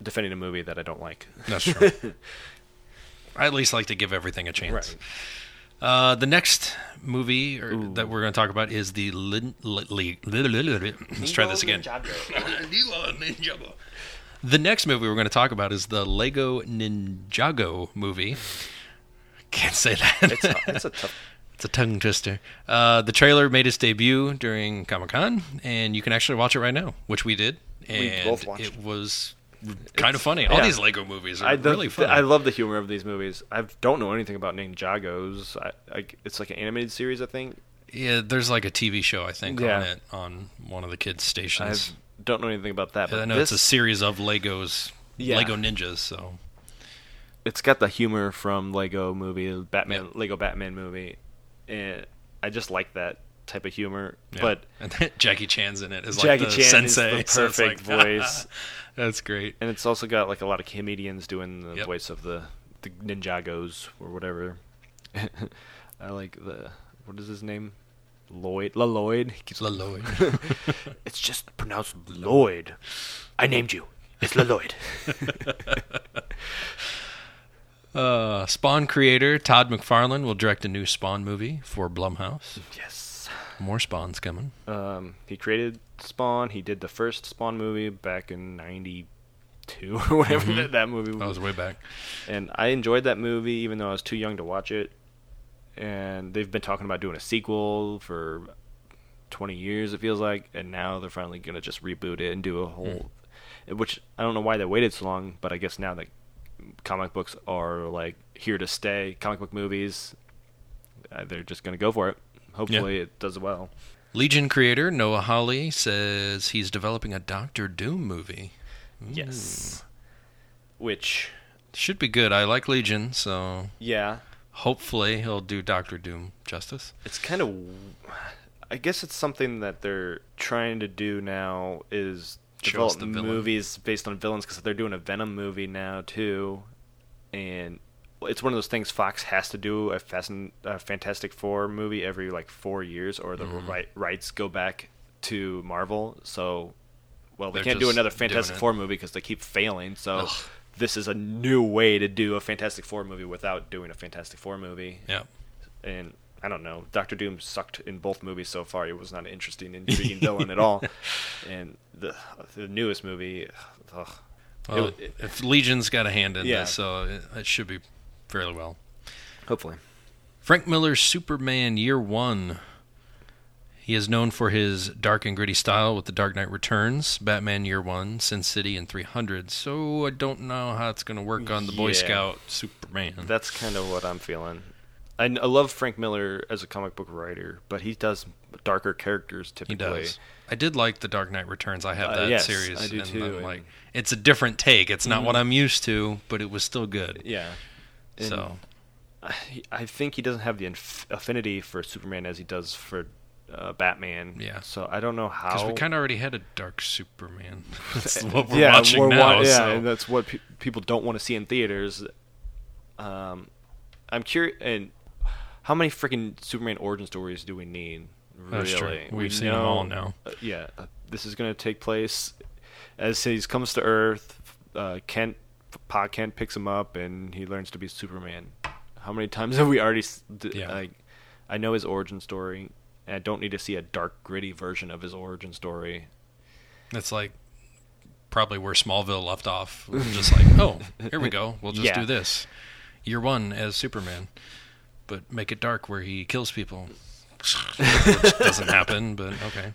Speaker 2: defending a movie that I don't like.
Speaker 1: *laughs* That's true. I at least like to give everything a chance. Uh, the next movie or, that we're going to talk about is the Lin- Li- Li- Li- Li- Li- Li- Let's try this again. Lilo Ninjago. *laughs* The next movie we're going to talk about is the Lego Ninjago movie. Can't say that.
Speaker 2: It's a, it's a tough.
Speaker 1: It's a tongue twister. Uh, the trailer made its debut during Comic Con, and you can actually watch it right now, which we did. And
Speaker 2: both watched
Speaker 1: it was kind of funny. All
Speaker 2: yeah.
Speaker 1: these Lego movies are
Speaker 2: I love,
Speaker 1: really fun.
Speaker 2: I love the humor of these movies. I don't know anything about Ninjagos. I, I, it's like an animated series, I think.
Speaker 1: yeah, there's like a TV show I think
Speaker 2: Yeah.
Speaker 1: on it on one of the kids'
Speaker 2: I
Speaker 1: stations.
Speaker 2: don't know anything about that. But
Speaker 1: I know
Speaker 2: this,
Speaker 1: it's a series of Legos,
Speaker 2: Yeah.
Speaker 1: Lego ninjas. So
Speaker 2: it's got the humor from Lego movie, Batman, Lego Batman movie, and I just like that type of humor.
Speaker 1: yeah.
Speaker 2: But
Speaker 1: *laughs* and Jackie Chan's in it is
Speaker 2: Jackie
Speaker 1: like the
Speaker 2: Chan is
Speaker 1: sensei. *laughs*
Speaker 2: the
Speaker 1: so it's like,
Speaker 2: perfect voice.
Speaker 1: That's
Speaker 2: *laughs*
Speaker 1: great.
Speaker 2: and it's also got like a lot of comedians doing the
Speaker 1: Yep.
Speaker 2: voice of the the Ninjagos or whatever. *laughs* I like the what is his name, Lloyd. La Lloyd. He keeps-
Speaker 1: Lloyd.
Speaker 2: It's just pronounced Lloyd. I named you. It's La Lloyd.
Speaker 1: Uh, Spawn creator Todd McFarlane will direct a new Spawn movie for Blumhouse.
Speaker 2: *laughs* yes.
Speaker 1: More Spawn's coming.
Speaker 2: Um, he created Spawn. He did the first Spawn movie back in '92 or whatever that, that movie
Speaker 1: That was way back.
Speaker 2: and I enjoyed that movie even though I was too young to watch it. And they've been talking about doing a sequel for 20 years it feels like, and now they're finally going to just reboot it and do a whole which I don't know why they waited so long, but I guess now that comic books are like here to stay, comic book movies uh, they're just going to go for it. Hopefully it does well.
Speaker 1: Legion creator Noah Hawley says he's developing a Doctor Doom movie.
Speaker 2: Yes. Which
Speaker 1: Should be good. I like Legion, so
Speaker 2: yeah,
Speaker 1: hopefully he'll do Doctor Doom justice.
Speaker 2: it's kind of i guess it's something that they're trying to do now is
Speaker 1: Show us
Speaker 2: develop
Speaker 1: the villain.
Speaker 2: movies based on villains because they're doing a venom movie now too and it's one of those things fox has to do a, Fast and, a fantastic four movie every like four years or the
Speaker 1: Mm-hmm.
Speaker 2: right, rights go back to marvel so well they
Speaker 1: They're
Speaker 2: can't do
Speaker 1: just
Speaker 2: another
Speaker 1: doing
Speaker 2: fantastic
Speaker 1: it.
Speaker 2: four movie because they keep failing so
Speaker 1: Ugh.
Speaker 2: this is a new way to do a fantastic four movie without doing a fantastic four movie
Speaker 1: Yeah.
Speaker 2: and I don't know. Doctor Doom sucked in both movies so far. He was not an interesting, intriguing villain
Speaker 1: *laughs*
Speaker 2: at all. And the the newest movie, ugh.
Speaker 1: Well,
Speaker 2: It- it-
Speaker 1: if Legion's got a hand in
Speaker 2: Yeah.
Speaker 1: this, so it, it should be fairly well.
Speaker 2: hopefully,
Speaker 1: Frank Miller's Superman Year One. He is known for his dark and gritty style with The Dark Knight Returns, Batman Year One, Sin City, and 300. So I don't know how it's going to work on the Boy
Speaker 2: Yeah.
Speaker 1: Scout Superman.
Speaker 2: that's kind of what I'm feeling. I, kn- I love Frank Miller as a comic book writer, but he does darker characters
Speaker 1: he
Speaker 2: typically.
Speaker 1: does. I did like The Dark Knight Returns. I have
Speaker 2: Uh,
Speaker 1: that
Speaker 2: yes,
Speaker 1: series.
Speaker 2: I do
Speaker 1: and
Speaker 2: too,
Speaker 1: I'm
Speaker 2: and- Mm-hmm.
Speaker 1: like, it's a different take. It's not what I'm used to, but it was still good.
Speaker 2: Yeah. And
Speaker 1: so
Speaker 2: I, I think he doesn't have the inf- affinity for Superman as he does for uh, Batman.
Speaker 1: Yeah.
Speaker 2: So I don't know
Speaker 1: because
Speaker 2: how.
Speaker 1: we kind of already had a dark Superman. *laughs*
Speaker 2: *laughs*
Speaker 1: That's what we're
Speaker 2: yeah,
Speaker 1: watching
Speaker 2: we're wa-
Speaker 1: now.
Speaker 2: yeah,
Speaker 1: so.
Speaker 2: and that's what pe- people don't want to see in theaters. Um, I'm curious, and how many freaking Superman origin stories do we need? Really,
Speaker 1: That's true. We've
Speaker 2: We
Speaker 1: seen 'em all now.
Speaker 2: uh, yeah, uh, this is going to take place as he comes to Earth. Uh, Kent, Pa Kent picks him up, and he learns to *laughs* be Superman. How many times have we already? s- d-
Speaker 1: Yeah.
Speaker 2: Like, I know his origin story. and I don't need to see a dark, gritty version of his origin story.
Speaker 1: It's like probably where Smallville left off.
Speaker 2: *laughs*
Speaker 1: We're just like, oh, here we go. We'll just
Speaker 2: Yeah.
Speaker 1: do this. Year one as Superman, but make it dark where he kills people. *laughs* Which doesn't happen, but okay.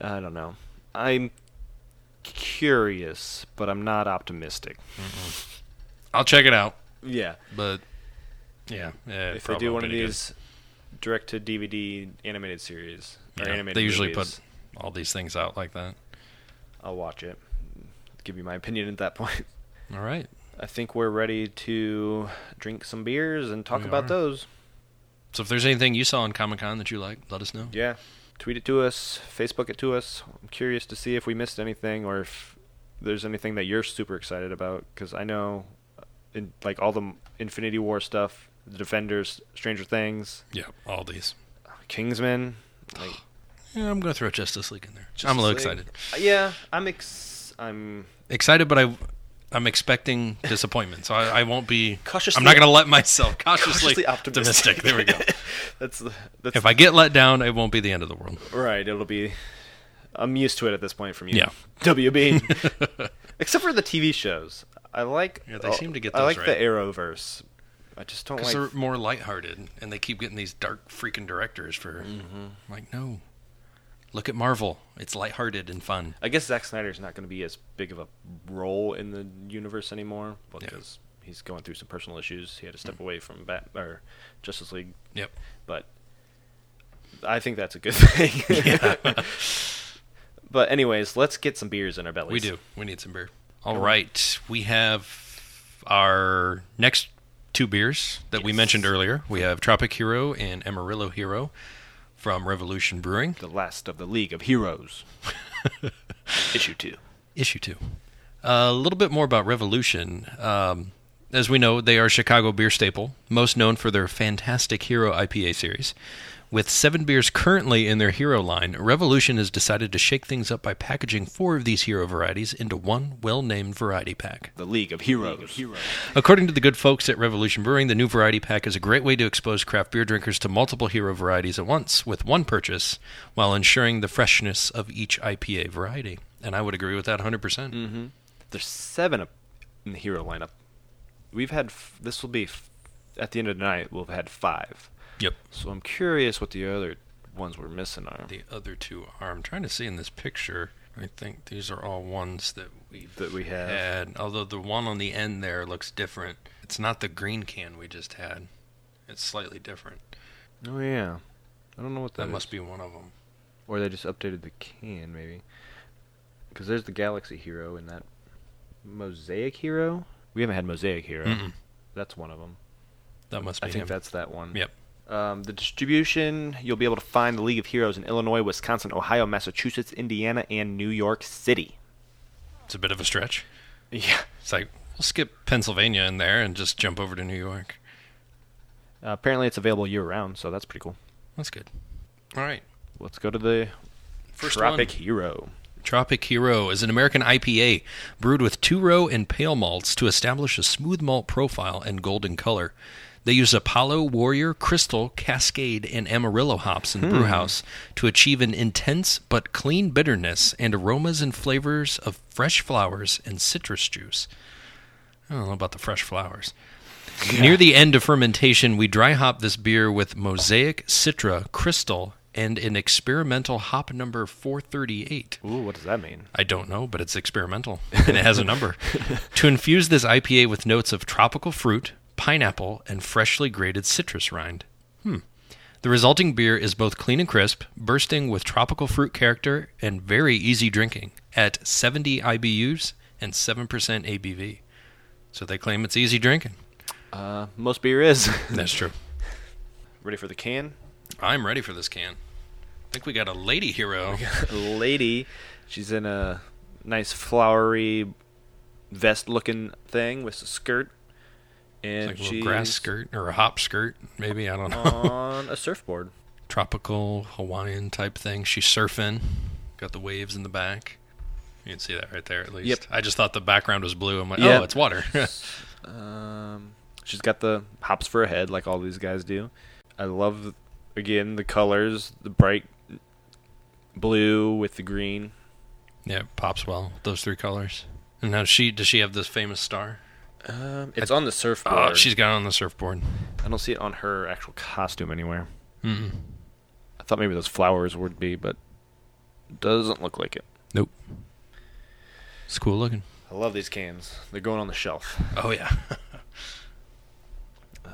Speaker 2: I don't know. I'm curious, but I'm not optimistic.
Speaker 1: I'll check it out.
Speaker 2: Mm. Yeah.
Speaker 1: But yeah, yeah
Speaker 2: if they do one of
Speaker 1: probably
Speaker 2: these direct to DVD animated series or
Speaker 1: good. Yeah,
Speaker 2: animated
Speaker 1: they usually
Speaker 2: movies,
Speaker 1: put all these things out like that.
Speaker 2: I'll watch it. Give you my opinion at that *laughs* point.
Speaker 1: All right.
Speaker 2: I think we're ready to drink some beers and talk
Speaker 1: We
Speaker 2: about
Speaker 1: are.
Speaker 2: those.
Speaker 1: So if there's anything you saw in Comic Con that you like, let us know.
Speaker 2: Yeah. Tweet it to us, Facebook it to us. I'm curious to see if we missed anything or if there's anything that you're super excited about cuz I know uh, in like all the Infinity War stuff, The Defenders, Stranger Things,
Speaker 1: Yeah, all these.
Speaker 2: Kingsman, like
Speaker 1: *sighs* Yeah, I'm going to throw Justice League in there. I'm a little
Speaker 2: Justice
Speaker 1: excited.
Speaker 2: League. Yeah, I'm ex. I'm
Speaker 1: excited, but I, I'm expecting disappointment. So I, I won't be
Speaker 2: Cautiously-
Speaker 1: I'm not going to let myself Oh, *laughs* cautiously,
Speaker 2: cautiously optimistic. *laughs*
Speaker 1: optimistic. There we go. *laughs*
Speaker 2: that's the that's
Speaker 1: if I get let down, it won't be the end of the world.
Speaker 2: right. It'll be. I'm used to it at this point from you.
Speaker 1: Yeah. *laughs*
Speaker 2: WB. *laughs* Except for the TV shows, I like.
Speaker 1: Yeah, they seem to get
Speaker 2: I
Speaker 1: those
Speaker 2: like the
Speaker 1: right.
Speaker 2: Arrowverse. I just don't
Speaker 1: Because
Speaker 2: like.
Speaker 1: they're more lighthearted, and they keep getting these dark freaking directors for. Like no, look at Marvel. It's lighthearted and fun.
Speaker 2: I guess Zack Snyder's not going to be as big of a role in the universe anymore
Speaker 1: Yeah. Mm.
Speaker 2: because he's going through some personal issues. He had to step away from Bat or Justice League
Speaker 1: Yep.
Speaker 2: but I think that's a good *laughs* thing.
Speaker 1: Yeah.
Speaker 2: *laughs* but anyways, let's get some beers in our bellies.
Speaker 1: We do. We need some beer. All right. We have our next two beers that we mentioned earlier. We have Tropic Hero and Amarillo Hero from Revolution Brewing.
Speaker 2: The last of the League of Heroes. Issue two.
Speaker 1: Issue two. A little bit more about Revolution. Um, as we know, they are a Chicago beer staple, most known for their fantastic Hero IPA series. With seven beers currently in their Hero line, Revolution has decided to shake things up by packaging four of these Hero varieties into one well named variety pack.
Speaker 2: The League of Heroes.
Speaker 1: According to the good folks at Revolution Brewing, the new variety pack is a great way to expose craft beer drinkers to multiple hero varieties at once with one purchase while ensuring the freshness of each IPA variety. And I would agree with that 100%. percent
Speaker 2: There's seven up in the hero lineup. We've had f- this will be f- at the end of the night. We'll have had five.
Speaker 1: Yep.
Speaker 2: So I'm curious what the other ones we're missing are.
Speaker 1: The other two are, I'm trying to see in this picture, I think these are all ones that we've
Speaker 2: That we have.
Speaker 1: had, although the one on the end there looks different. It's not the green can we just had, it's slightly different.
Speaker 2: Oh yeah. I don't know what
Speaker 1: That
Speaker 2: that is.
Speaker 1: must be one of them.
Speaker 2: Or they just updated the can, maybe. Because there's the Galaxy Hero and that Mosaic Hero. We haven't had Mosaic Hero.
Speaker 1: Mm-mm.
Speaker 2: That's one of them.
Speaker 1: That must
Speaker 2: I
Speaker 1: be
Speaker 2: think
Speaker 1: him.
Speaker 2: that's that one.
Speaker 1: Yep.
Speaker 2: Um, the distribution, you'll be able to find the League of Heroes in Illinois, Wisconsin, Ohio, Massachusetts, Indiana, and New York City.
Speaker 1: It's a bit of a stretch.
Speaker 2: *laughs* Yeah.
Speaker 1: It's like we'll skip Pennsylvania in there and just jump over to New York.
Speaker 2: Uh, apparently, it's available year round, so that's pretty cool.
Speaker 1: That's good. All right.
Speaker 2: Let's go to the
Speaker 1: First
Speaker 2: Tropic
Speaker 1: one.
Speaker 2: Hero.
Speaker 1: Tropic Hero is an American IPA brewed with two row and pale malts to establish a smooth malt profile and golden color. They use Apollo, Warrior, Crystal, Cascade, and Amarillo hops in the brew house to achieve an intense but clean bitterness and aromas and flavors of fresh flowers and citrus juice. I don't know about the fresh flowers. Near the end of fermentation, we dry hop this beer with Mosaic, Citra, Crystal, and an experimental hop number 438.
Speaker 2: Ooh, what does that mean?
Speaker 1: I don't know, but it's experimental and it has a number. to infuse this IPA with notes of tropical fruit, pineapple, and freshly grated citrus rind. Hmm. The resulting beer is both clean and crisp, bursting with tropical fruit character and very easy drinking at 70 IBUs and 7% ABV. So they claim it's easy drinking.
Speaker 2: Uh, most beer is. *laughs*
Speaker 1: That's true.
Speaker 2: Ready for the *laughs* can?
Speaker 1: I'm ready for this can. I think we got a lady hero.
Speaker 2: lady. She's in a nice flowery vest looking thing with a skirt. And
Speaker 1: Like a little
Speaker 2: she's
Speaker 1: grass skirt or a hop skirt, maybe. I don't know.
Speaker 2: on
Speaker 1: *laughs*
Speaker 2: a surfboard.
Speaker 1: tropical Hawaiian type thing. She's surfing, got the waves in the back. You can see that right there at least.
Speaker 2: Yep.
Speaker 1: I just thought the background was blue. I'm like,
Speaker 2: Yeah.
Speaker 1: oh, it's water. *laughs*
Speaker 2: Um, she's got the hops for a head like all these guys do. I love Again, the colors, the bright blue with the green.
Speaker 1: Yeah, it pops well. Those three colors. And now she does she have this famous star?
Speaker 2: Um, it's on the surfboard.
Speaker 1: Oh, she's got it on the surfboard.
Speaker 2: I don't see it on her actual costume anywhere.
Speaker 1: Mm-mm.
Speaker 2: I thought maybe those flowers would be, but doesn't look like it.
Speaker 1: Nope. It's cool looking.
Speaker 2: I love these cans. They're going on the shelf.
Speaker 1: Oh yeah. *laughs*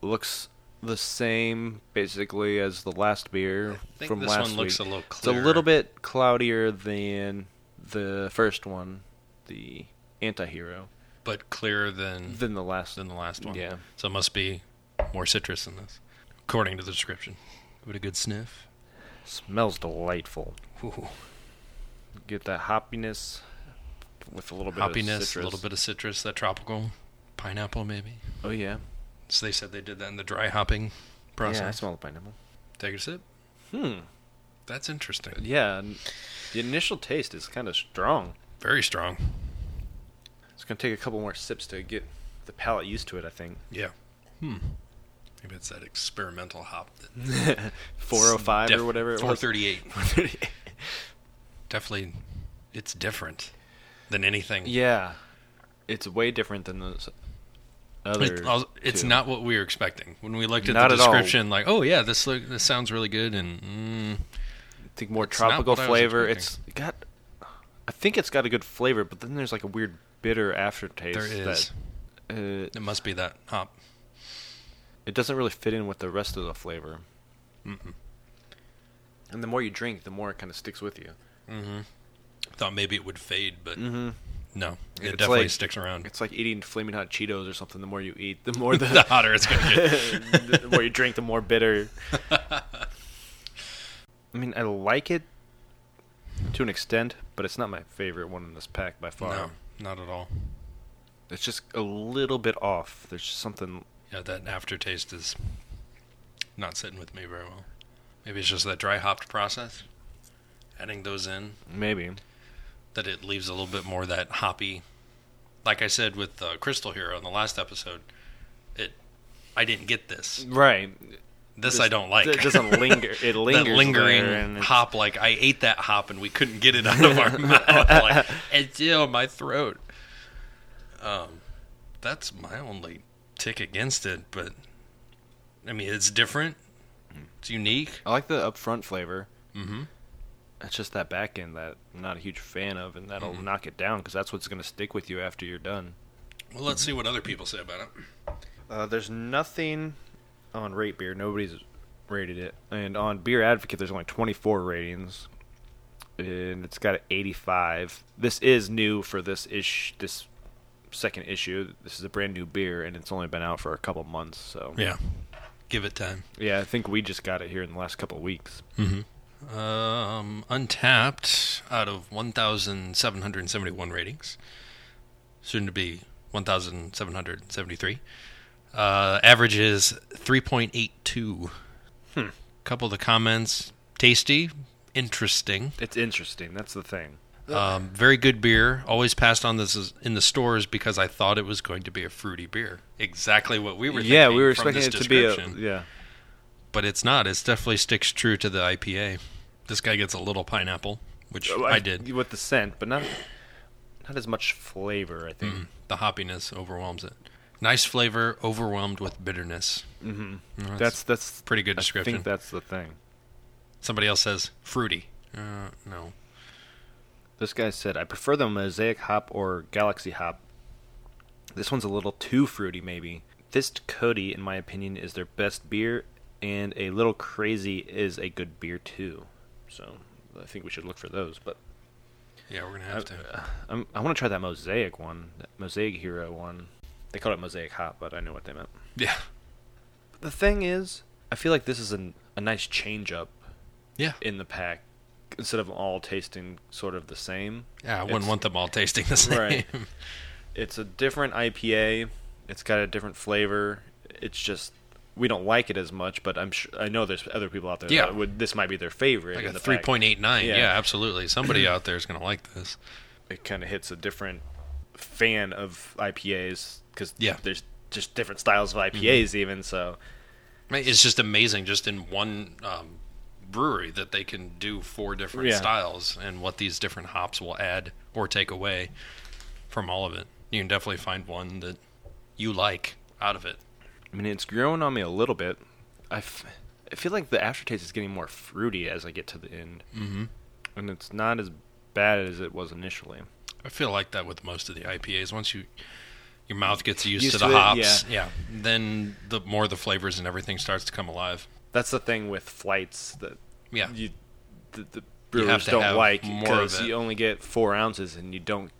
Speaker 2: Looks the same basically as the last beer
Speaker 1: I think
Speaker 2: from
Speaker 1: this
Speaker 2: last
Speaker 1: one
Speaker 2: week.
Speaker 1: looks a little
Speaker 2: it's a
Speaker 1: clearer.
Speaker 2: little bit cloudier than the first one, the anti-hero,
Speaker 1: but clearer than
Speaker 2: than the last.
Speaker 1: than the last one.
Speaker 2: Yeah.
Speaker 1: So it must be more citrus in this, according to the description. What a good sniff.
Speaker 2: Smells delightful.
Speaker 1: Ooh.
Speaker 2: Get that hoppiness with a little bit of
Speaker 1: Hoppiness,
Speaker 2: citrus.
Speaker 1: a little bit of citrus, that tropical pineapple maybe.
Speaker 2: Oh yeah.
Speaker 1: So they said they did that in the dry hopping process.
Speaker 2: Yeah, I smell the pineapple.
Speaker 1: Take a sip.
Speaker 2: Hmm.
Speaker 1: That's interesting.
Speaker 2: Uh, Yeah, n- the initial taste is kind of strong.
Speaker 1: Very strong.
Speaker 2: It's gonna take a couple more sips to get the palate used to it.
Speaker 1: *laughs*
Speaker 2: I think. *laughs*
Speaker 1: Yeah. Hmm. Maybe it's that experimental hop. that-
Speaker 2: *laughs* Four oh five
Speaker 1: Def-
Speaker 2: or whatever. It was.
Speaker 1: 438.
Speaker 2: *laughs*
Speaker 1: Definitely, it's different than anything.
Speaker 2: yeah, it's way different than those other.
Speaker 1: It- I'll- it's
Speaker 2: two.
Speaker 1: not what we were expecting when we looked at
Speaker 2: Not
Speaker 1: the
Speaker 2: at all.
Speaker 1: description. Like, oh yeah, this look, this sounds really good, and mm,
Speaker 2: I think more
Speaker 1: not
Speaker 2: tropical
Speaker 1: what I was
Speaker 2: flavor. It's
Speaker 1: expecting.
Speaker 2: got. I think it's got a good flavor, but then there's like a weird bitter aftertaste.
Speaker 1: there is.
Speaker 2: That, uh,
Speaker 1: It must be that hop.
Speaker 2: it doesn't really fit in with the rest of the flavor.
Speaker 1: Mm-mm.
Speaker 2: And the more you drink, the more it kind of sticks with you.
Speaker 1: hmm Thought maybe it would fade, but
Speaker 2: Mm-hmm.
Speaker 1: no, it
Speaker 2: It's
Speaker 1: definitely
Speaker 2: like-
Speaker 1: sticks around.
Speaker 2: It's like eating flaming hot Cheetos or something. The more you eat,
Speaker 1: *laughs*
Speaker 2: the more the,
Speaker 1: The hotter it's gonna get.
Speaker 2: *laughs* the more you drink, the more bitter.
Speaker 1: *laughs*
Speaker 2: I mean, I like it to an extent, but it's not my favorite one in this pack by far.
Speaker 1: No, not at all.
Speaker 2: It's just a little bit off. There's just something.
Speaker 1: Yeah, that aftertaste is not sitting with me very well. Maybe it's just that dry hopped process, adding those in.
Speaker 2: Maybe.
Speaker 1: that it leaves a little bit more of that hoppy. Like I said with uh, Crystal Hero in the last episode, it I didn't get this.
Speaker 2: Right.
Speaker 1: This
Speaker 2: This-
Speaker 1: I don't like.
Speaker 2: it doesn't linger- it
Speaker 1: *laughs* that
Speaker 2: lingers there and
Speaker 1: lingering
Speaker 2: it's-
Speaker 1: hop. Like I ate that hop and we couldn't get it out of
Speaker 2: *laughs*
Speaker 1: our mouth. Like it's still in my throat. Um, that's my only tick against it. But I mean, it's different. It's unique.
Speaker 2: I like the upfront flavor.
Speaker 1: Mm-hmm.
Speaker 2: It's just that back end that I'm not a huge fan of, and that'll
Speaker 1: Mhm.
Speaker 2: knock it down because that's what's going to stick with you after you're done.
Speaker 1: Well, let's see what other people say about it.
Speaker 2: Uh, there's nothing on Rate Beer. Nobody's rated it. And on Beer Advocate, there's only 24 ratings, and it's got an 85. This is new for this ish this second issue. This is a brand new beer, and it's only been out for a couple months. So
Speaker 1: Yeah, give it time.
Speaker 2: yeah, I think we just got it here in the last couple weeks.
Speaker 1: Mm-hmm. Um, Untapped out of 1,771 ratings, soon to be 1,773. Uh, average is 3.82.
Speaker 2: Hmm.
Speaker 1: Couple of the comments tasty, interesting,
Speaker 2: It's interesting. That's the thing.
Speaker 1: um, very good beer. Always passed on this is- in the stores because I thought it was going to be a fruity beer. Exactly what we were thinking.
Speaker 2: yeah, we were
Speaker 1: from
Speaker 2: expecting it
Speaker 1: this
Speaker 2: to be a
Speaker 1: description
Speaker 2: yeah.
Speaker 1: but it's not. It's definitely sticks true to the IPA. This guy gets a little pineapple, which
Speaker 2: Uh,
Speaker 1: I, did.
Speaker 2: with the scent, but not not as much flavor. I think.
Speaker 1: Mm, the hoppiness overwhelms it. Nice flavor, overwhelmed with bitterness.
Speaker 2: Mm-hmm.
Speaker 1: No, that's,
Speaker 2: That's that's
Speaker 1: pretty good
Speaker 2: I
Speaker 1: description.
Speaker 2: think that's the thing.
Speaker 1: Somebody else says fruity. Uh, no,
Speaker 2: This guy said, I prefer the Mosaic Hop or Galaxy Hop. This one's a little too fruity, maybe. This Cody, in my opinion, is their best beer, and a little crazy is a good beer, too. So I think we should look for those. But
Speaker 1: yeah, we're gonna
Speaker 2: I,
Speaker 1: have to.
Speaker 2: I'm, I want to try that Mosaic one, that Mosaic Hero one. They called it Mosaic Hop, but I know what they meant.
Speaker 1: Yeah,
Speaker 2: The thing is, I feel like this is an, a nice change up
Speaker 1: yeah,
Speaker 2: in the pack instead of all tasting sort of the same.
Speaker 1: yeah. I wouldn't
Speaker 2: It's-
Speaker 1: want them all tasting the same.
Speaker 2: *laughs* Right. it's a different IPA. It's got a different flavor. It's just we don't like it as much, but I'm sure I know there's other people out there
Speaker 1: Yeah.
Speaker 2: that would this might be their favorite.
Speaker 1: Like
Speaker 2: in
Speaker 1: a
Speaker 2: the
Speaker 1: three
Speaker 2: pack.
Speaker 1: point eight nine.
Speaker 2: Yeah.
Speaker 1: Yeah. absolutely.
Speaker 2: *clears throat*
Speaker 1: Somebody out there is gonna like this.
Speaker 2: It kind of hits a different fan of IPAs because
Speaker 1: Yeah.
Speaker 2: Mm-hmm. there's just different styles of IPAs even. So
Speaker 1: It's just amazing, just in one um, brewery, that they can do four different
Speaker 2: Yeah.
Speaker 1: styles and what these different hops will add or take away from all of it. You can definitely find one that you like out of it.
Speaker 2: I mean, it's growing on me a little bit. I, f- I feel like the aftertaste is getting more fruity as I get to the end,
Speaker 1: Mm-hmm.
Speaker 2: and it's not as bad as it was initially.
Speaker 1: I feel like that with most of the IPAs. Once you your mouth gets used,
Speaker 2: Used
Speaker 1: to the
Speaker 2: to it,
Speaker 1: hops, yeah. then the more the flavors and everything starts to come alive.
Speaker 2: That's the thing with flights that
Speaker 1: Yeah,
Speaker 2: you the, the
Speaker 1: You have
Speaker 2: brewers
Speaker 1: to
Speaker 2: don't
Speaker 1: have
Speaker 2: like
Speaker 1: more of
Speaker 2: because
Speaker 1: it.
Speaker 2: you only get four ounces and you don't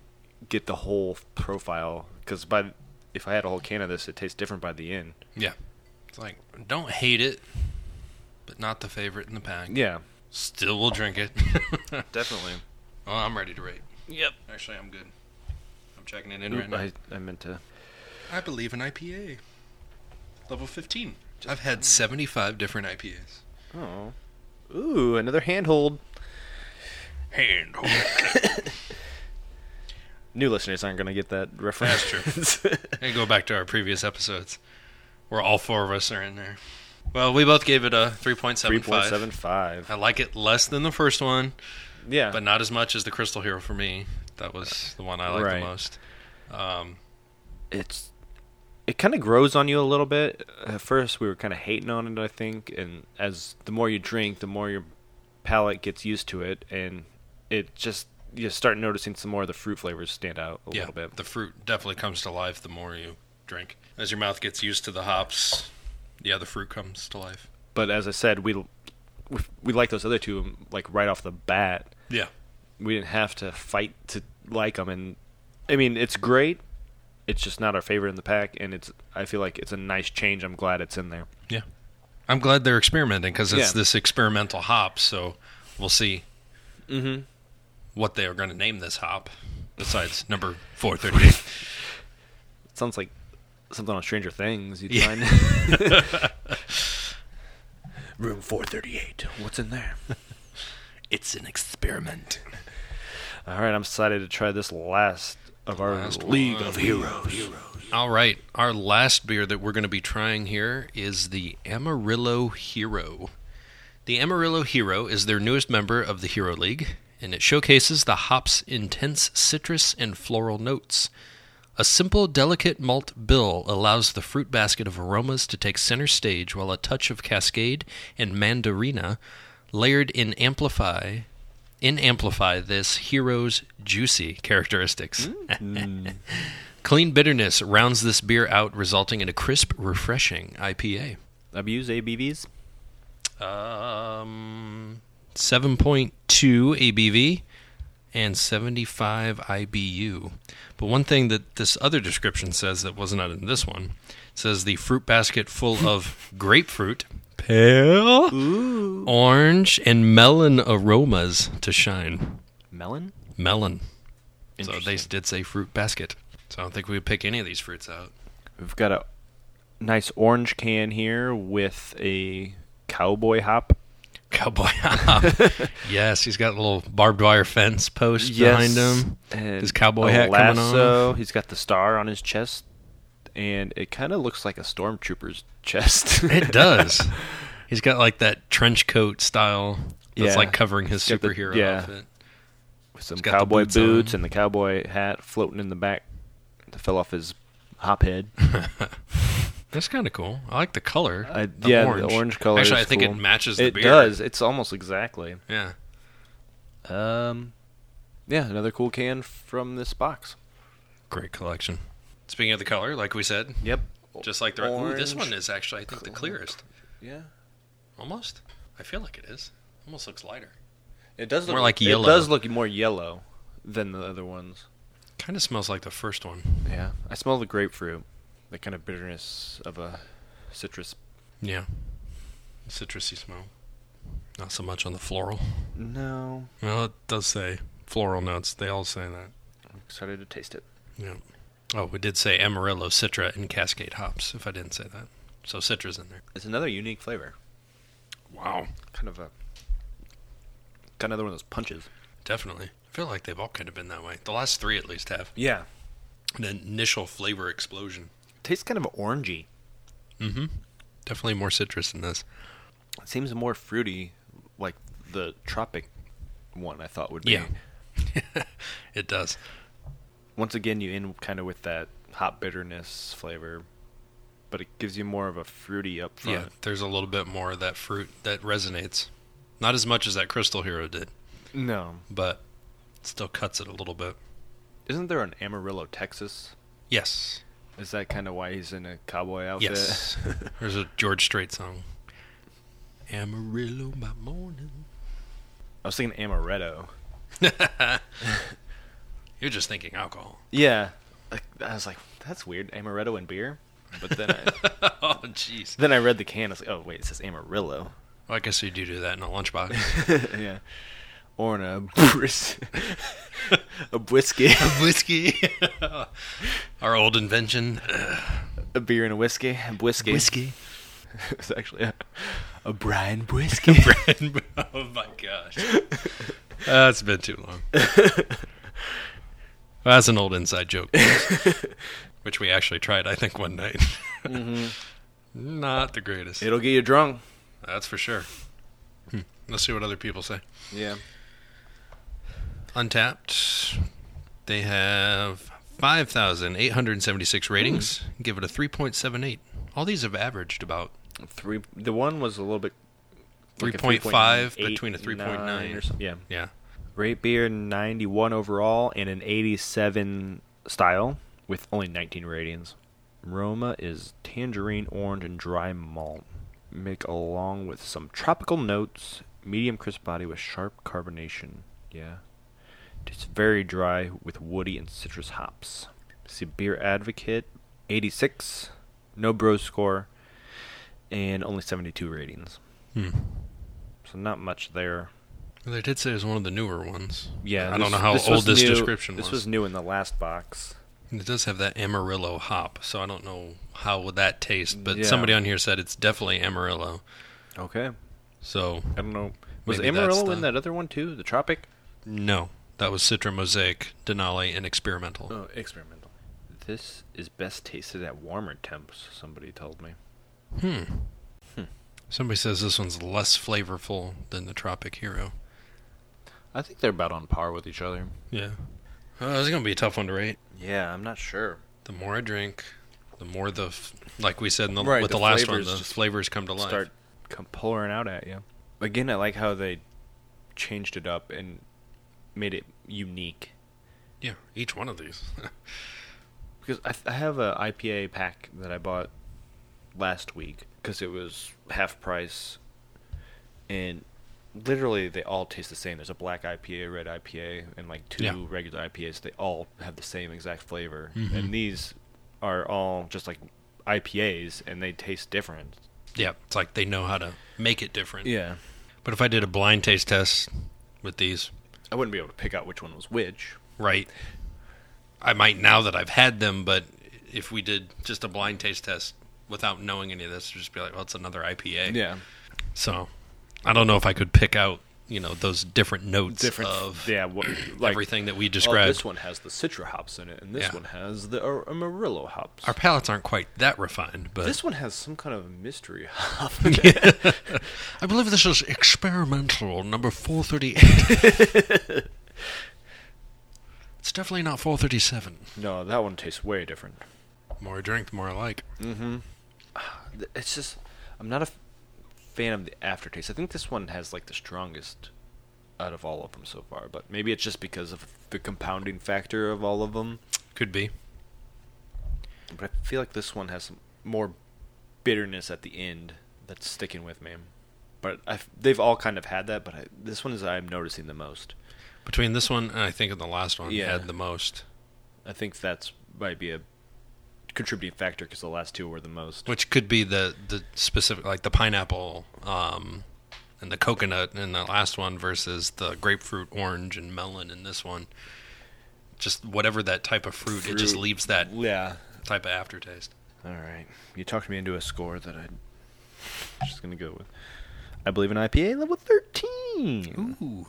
Speaker 2: get the whole profile. Because by if I had a whole can of this, it tastes different by the end.
Speaker 1: yeah. It's like don't hate it, but not the favorite in the pack.
Speaker 2: Yeah,
Speaker 1: Still will drink it. *laughs* well,
Speaker 2: definitely.
Speaker 1: Oh, I'm ready to rate. Yep. Actually, I'm good. I'm checking it in right now.
Speaker 2: I, I meant to.
Speaker 1: I believe in IPA. Level 15. I've
Speaker 2: hmm.
Speaker 1: had 75 different IPAs.
Speaker 2: Oh, ooh, another handhold.
Speaker 1: Hand.
Speaker 2: *laughs* New listeners aren't going to get that reference.
Speaker 1: That's and go back to our previous episodes where all four of us are in there. Well, we both gave it a 3.75.
Speaker 2: 3.75.
Speaker 1: I like it less than the first one,
Speaker 2: Yeah.
Speaker 1: but not as much as the Crystal Hero for me. That was the one I liked
Speaker 2: Right.
Speaker 1: the most. Um,
Speaker 2: it's it kind of grows on you a little bit. At first, we were kind of hating on it, I think, and as the more you drink, the more your palate gets used to it, and it just you start noticing some more of the fruit flavors stand out a
Speaker 1: yeah,
Speaker 2: little bit.
Speaker 1: the fruit definitely comes to life the more you drink. As your mouth gets used to the hops, yeah, the fruit comes to life.
Speaker 2: But as I said, we we, we like those other two like right off the bat.
Speaker 1: Yeah.
Speaker 2: We didn't have to fight to like them, and I mean it's great. It's just not our favorite in the pack, and it's I feel like it's a nice change. I'm glad it's in there.
Speaker 1: Yeah. I'm glad they're experimenting because it's
Speaker 2: Yeah.
Speaker 1: this experimental hop, so we'll see
Speaker 2: Mm-hmm.
Speaker 1: what they are going to name this hop besides number 438.
Speaker 2: sounds like something on Stranger Things. You'd
Speaker 1: Yeah. *laughs*
Speaker 2: find. *laughs* Room 438. What's in *laughs* there?
Speaker 1: it's an experiment.
Speaker 2: All right, I'm excited to try this last of our
Speaker 1: Last
Speaker 2: League
Speaker 1: one.
Speaker 2: of Heroes.
Speaker 1: All right. Our last beer that we're going to be trying here is the Amarillo Hero. The Amarillo Hero is their newest member of the Hero League, and it showcases the hop's intense citrus and floral notes. A simple, delicate malt bill allows the fruit basket of aromas to take center stage while a touch of cascade and mandarina layered in amplify in amplify this hero's juicy characteristics. Clean bitterness rounds this beer out, resulting in a crisp, refreshing IPA.
Speaker 2: Abuse ABVs.
Speaker 1: Um, 7.2 ABV and 75 IBU. But one thing that this other description says that was not in this one says the fruit basket full *laughs* of grapefruit, pale,
Speaker 2: Ooh.
Speaker 1: orange, and melon aromas to shine.
Speaker 2: Melon?
Speaker 1: Melon. So they
Speaker 2: Interesting.
Speaker 1: did say fruit basket. So I don't think we would pick any of these fruits out.
Speaker 2: We've got a nice orange can here with a cowboy hop.
Speaker 1: Cowboy *laughs* hop. yes, he's got a little barbed wire fence post behind him.
Speaker 2: And
Speaker 1: His cowboy
Speaker 2: a
Speaker 1: hat coming
Speaker 2: lasso. He's got the star on his chest. And it kind of looks like a stormtrooper's
Speaker 1: *laughs*
Speaker 2: chest.
Speaker 1: It
Speaker 2: *laughs*
Speaker 1: does. he's got like that trench coat style that's
Speaker 2: Yeah.
Speaker 1: like covering his
Speaker 2: He's got the-
Speaker 1: superhero
Speaker 2: yeah.
Speaker 1: outfit.
Speaker 2: with some
Speaker 1: He's got the
Speaker 2: cowboy
Speaker 1: boots
Speaker 2: boots,
Speaker 1: on.
Speaker 2: and the cowboy hat floating in the back that fell off his hop head.
Speaker 1: That's kind of cool. I like the color.
Speaker 2: I,
Speaker 1: the
Speaker 2: Uh, yeah,
Speaker 1: orange.
Speaker 2: the orange color.
Speaker 1: Actually,
Speaker 2: is
Speaker 1: I think
Speaker 2: cool.
Speaker 1: it matches the
Speaker 2: it
Speaker 1: beer.
Speaker 2: does. It's almost exactly.
Speaker 1: Yeah.
Speaker 2: Um, yeah, another cool can from this box.
Speaker 1: Great collection. Speaking of the color, like we said,
Speaker 2: Yep.
Speaker 1: just like the ooh, this
Speaker 2: Orange.
Speaker 1: one is actually I think the clearest.
Speaker 2: Yeah.
Speaker 1: Almost. I feel like it is. Almost looks lighter.
Speaker 2: It does
Speaker 1: More
Speaker 2: look
Speaker 1: like
Speaker 2: It
Speaker 1: yellow.
Speaker 2: does look more yellow than the other ones.
Speaker 1: Kind of smells like the first one.
Speaker 2: Yeah. I smell the grapefruit, the kind of bitterness of a citrus.
Speaker 1: Yeah. Citrusy smell. Not so much on the floral.
Speaker 2: No.
Speaker 1: Well, it does say floral notes. They all say that.
Speaker 2: I'm excited to taste it.
Speaker 1: Yeah. Oh, we did say Amarillo, Citra, and Cascade hops, if I didn't say that. So Citra's in there.
Speaker 2: It's another unique flavor.
Speaker 1: Wow.
Speaker 2: Kind of a kind of another one of those punches.
Speaker 1: Definitely. I feel like they've all kind of been that way. The last three at least have.
Speaker 2: Yeah.
Speaker 1: An initial flavor explosion.
Speaker 2: Tastes kind of orangey.
Speaker 1: Mm hmm. Definitely more citrus in *laughs* this.
Speaker 2: It seems more fruity, like the tropic one I thought would be.
Speaker 1: Yeah. it does.
Speaker 2: Once again, you end kind of with that hot bitterness flavor, but it gives you more of a fruity up front.
Speaker 1: Yeah, there's a little bit more of that fruit that resonates. Not as much as that Crystal Hero did,
Speaker 2: No.
Speaker 1: but still cuts it a little bit.
Speaker 2: Isn't there an Amarillo, Texas?
Speaker 1: Yes.
Speaker 2: Is that kind of why he's in a cowboy outfit? *laughs*
Speaker 1: Yes. *laughs* There's a George Strait song. Amarillo by
Speaker 2: *laughs*
Speaker 1: morning.
Speaker 2: I was thinking amaretto.
Speaker 1: You're just thinking alcohol.
Speaker 2: Yeah. Like, I was like, that's weird, amaretto and beer. But then I,
Speaker 1: *laughs* oh, jeez.
Speaker 2: then I read the can. I was like, oh wait, it says amarillo.
Speaker 1: Well, I guess you do do that in a lunchbox.
Speaker 2: *laughs* yeah. Or in a bris- *laughs* a whiskey,
Speaker 1: Whiskey. *laughs* Our old
Speaker 2: *laughs*
Speaker 1: invention.
Speaker 2: a beer and a whiskey, a whiskey.
Speaker 1: Whiskey.
Speaker 2: *laughs* it's actually a, a Brian *laughs* whiskey.
Speaker 1: Bread. *laughs* oh, my gosh. That's been too long. That's an old inside
Speaker 2: *laughs*
Speaker 1: joke, which we actually tried, I think, one night.
Speaker 2: Mm-hmm.
Speaker 1: *laughs* Not the greatest.
Speaker 2: It'll get you drunk.
Speaker 1: That's for sure. Hmm. Let's see what other people say.
Speaker 2: Yeah.
Speaker 1: Untapped. They have 5,876 ratings.
Speaker 2: Hmm.
Speaker 1: Give it a 3.78. All these have averaged about
Speaker 2: Three. The one was a little bit. like a
Speaker 1: 3.5 between a
Speaker 2: 3.9
Speaker 1: 3.9.
Speaker 2: or something. Yeah.
Speaker 1: Yeah.
Speaker 2: Rate beer 91 overall and an 87 style with only 19 ratings. Roma is tangerine, orange, and dry malt. Make along with some tropical notes, medium crisp body with sharp carbonation. Yeah. It's very dry with woody and citrus hops. See Beer Advocate, 86, no bro score, and only 72 ratings.
Speaker 1: Hmm.
Speaker 2: So not much there.
Speaker 1: Well, They did say it was one of the newer ones.
Speaker 2: Yeah,
Speaker 1: I don't
Speaker 2: this-
Speaker 1: know how old
Speaker 2: was
Speaker 1: this
Speaker 2: new-
Speaker 1: description
Speaker 2: This
Speaker 1: was.
Speaker 2: was new in the last box.
Speaker 1: It does have that Amarillo hop, so I don't know how would that taste. But
Speaker 2: Yeah.
Speaker 1: somebody on here said it's definitely Amarillo.
Speaker 2: Okay,
Speaker 1: So
Speaker 2: I don't know. Was
Speaker 1: Maybe that's
Speaker 2: Amarillo in
Speaker 1: the-
Speaker 2: that other one too? The Tropic?
Speaker 1: no, that was Citra Mosaic, Denali, and Experimental.
Speaker 2: Oh, experimental. This is best tasted at warmer temps. Somebody told me.
Speaker 1: Hmm. Somebody says this one's less flavorful than the Tropic Hero.
Speaker 2: I think they're about on par with each other.
Speaker 1: Yeah. Uh, it's gonna be a tough one to rate.
Speaker 2: Yeah, I'm not sure.
Speaker 1: The more I drink, the more the f- like we said in the,
Speaker 2: Right,
Speaker 1: with
Speaker 2: the
Speaker 1: the, last one,
Speaker 2: flavors
Speaker 1: the
Speaker 2: just
Speaker 1: flavors come to life.
Speaker 2: Start come pouring out at you. Again, I like how they changed it up and made it unique.
Speaker 1: Yeah, each one of these. *laughs*
Speaker 2: because I, I have a IPA pack that I bought last week because it was half price, and literally they all taste the same. There's a black IPA, a red IPA, and like two
Speaker 1: Yeah. Mm-hmm.
Speaker 2: regular IPAs. They all have the same exact flavor, and these are all just like IPAs, and they taste different.
Speaker 1: yeah, it's like they know how to make it different.
Speaker 2: Yeah,
Speaker 1: But if I did a blind taste test with these,
Speaker 2: I wouldn't be able to pick out which one was which.
Speaker 1: right? I might now that I've had them, but if we did just a blind taste test without knowing any of this, just be like, well, it's another IPA. So I don't know if I could pick out, you know, those different notes
Speaker 2: different.
Speaker 1: of
Speaker 2: yeah, what, like
Speaker 1: everything that we
Speaker 2: Oh,
Speaker 1: described.
Speaker 2: this one has the citra hops in it, and this
Speaker 1: Yeah.
Speaker 2: one has the Ar- Amarillo hops.
Speaker 1: Our palates aren't quite that refined, but *laughs*
Speaker 2: This one has some kind of mystery *laughs* hop.
Speaker 1: I believe this is experimental number 438. it's definitely not 437.
Speaker 2: no, that one tastes way different.
Speaker 1: The more I drink, the more I like.
Speaker 2: *sighs* It's just, I'm not a f- fan of the aftertaste. I think this one has like the strongest out of all of them so far, but maybe it's just because of the compounding factor of all of them.
Speaker 1: Could be.
Speaker 2: But I feel like this one has some more bitterness at the end that's sticking with me. But i they've all kind of had that, but I, this one is I'm noticing the most.
Speaker 1: Between this one and I think the last one,
Speaker 2: Yeah.
Speaker 1: had the most.
Speaker 2: I think that's might be a contributing factor because the last two were the most.
Speaker 1: Which could be the, the specific, like the pineapple um, and the coconut in the last one versus the grapefruit, orange, and melon in this one. Just whatever that type of fruit, it just
Speaker 2: Fruit.
Speaker 1: leaves that
Speaker 2: Yeah,
Speaker 1: type of aftertaste.
Speaker 2: All right. You talked me into a score that I'm just going to go with. I believe in IPA level 13.
Speaker 1: Ooh,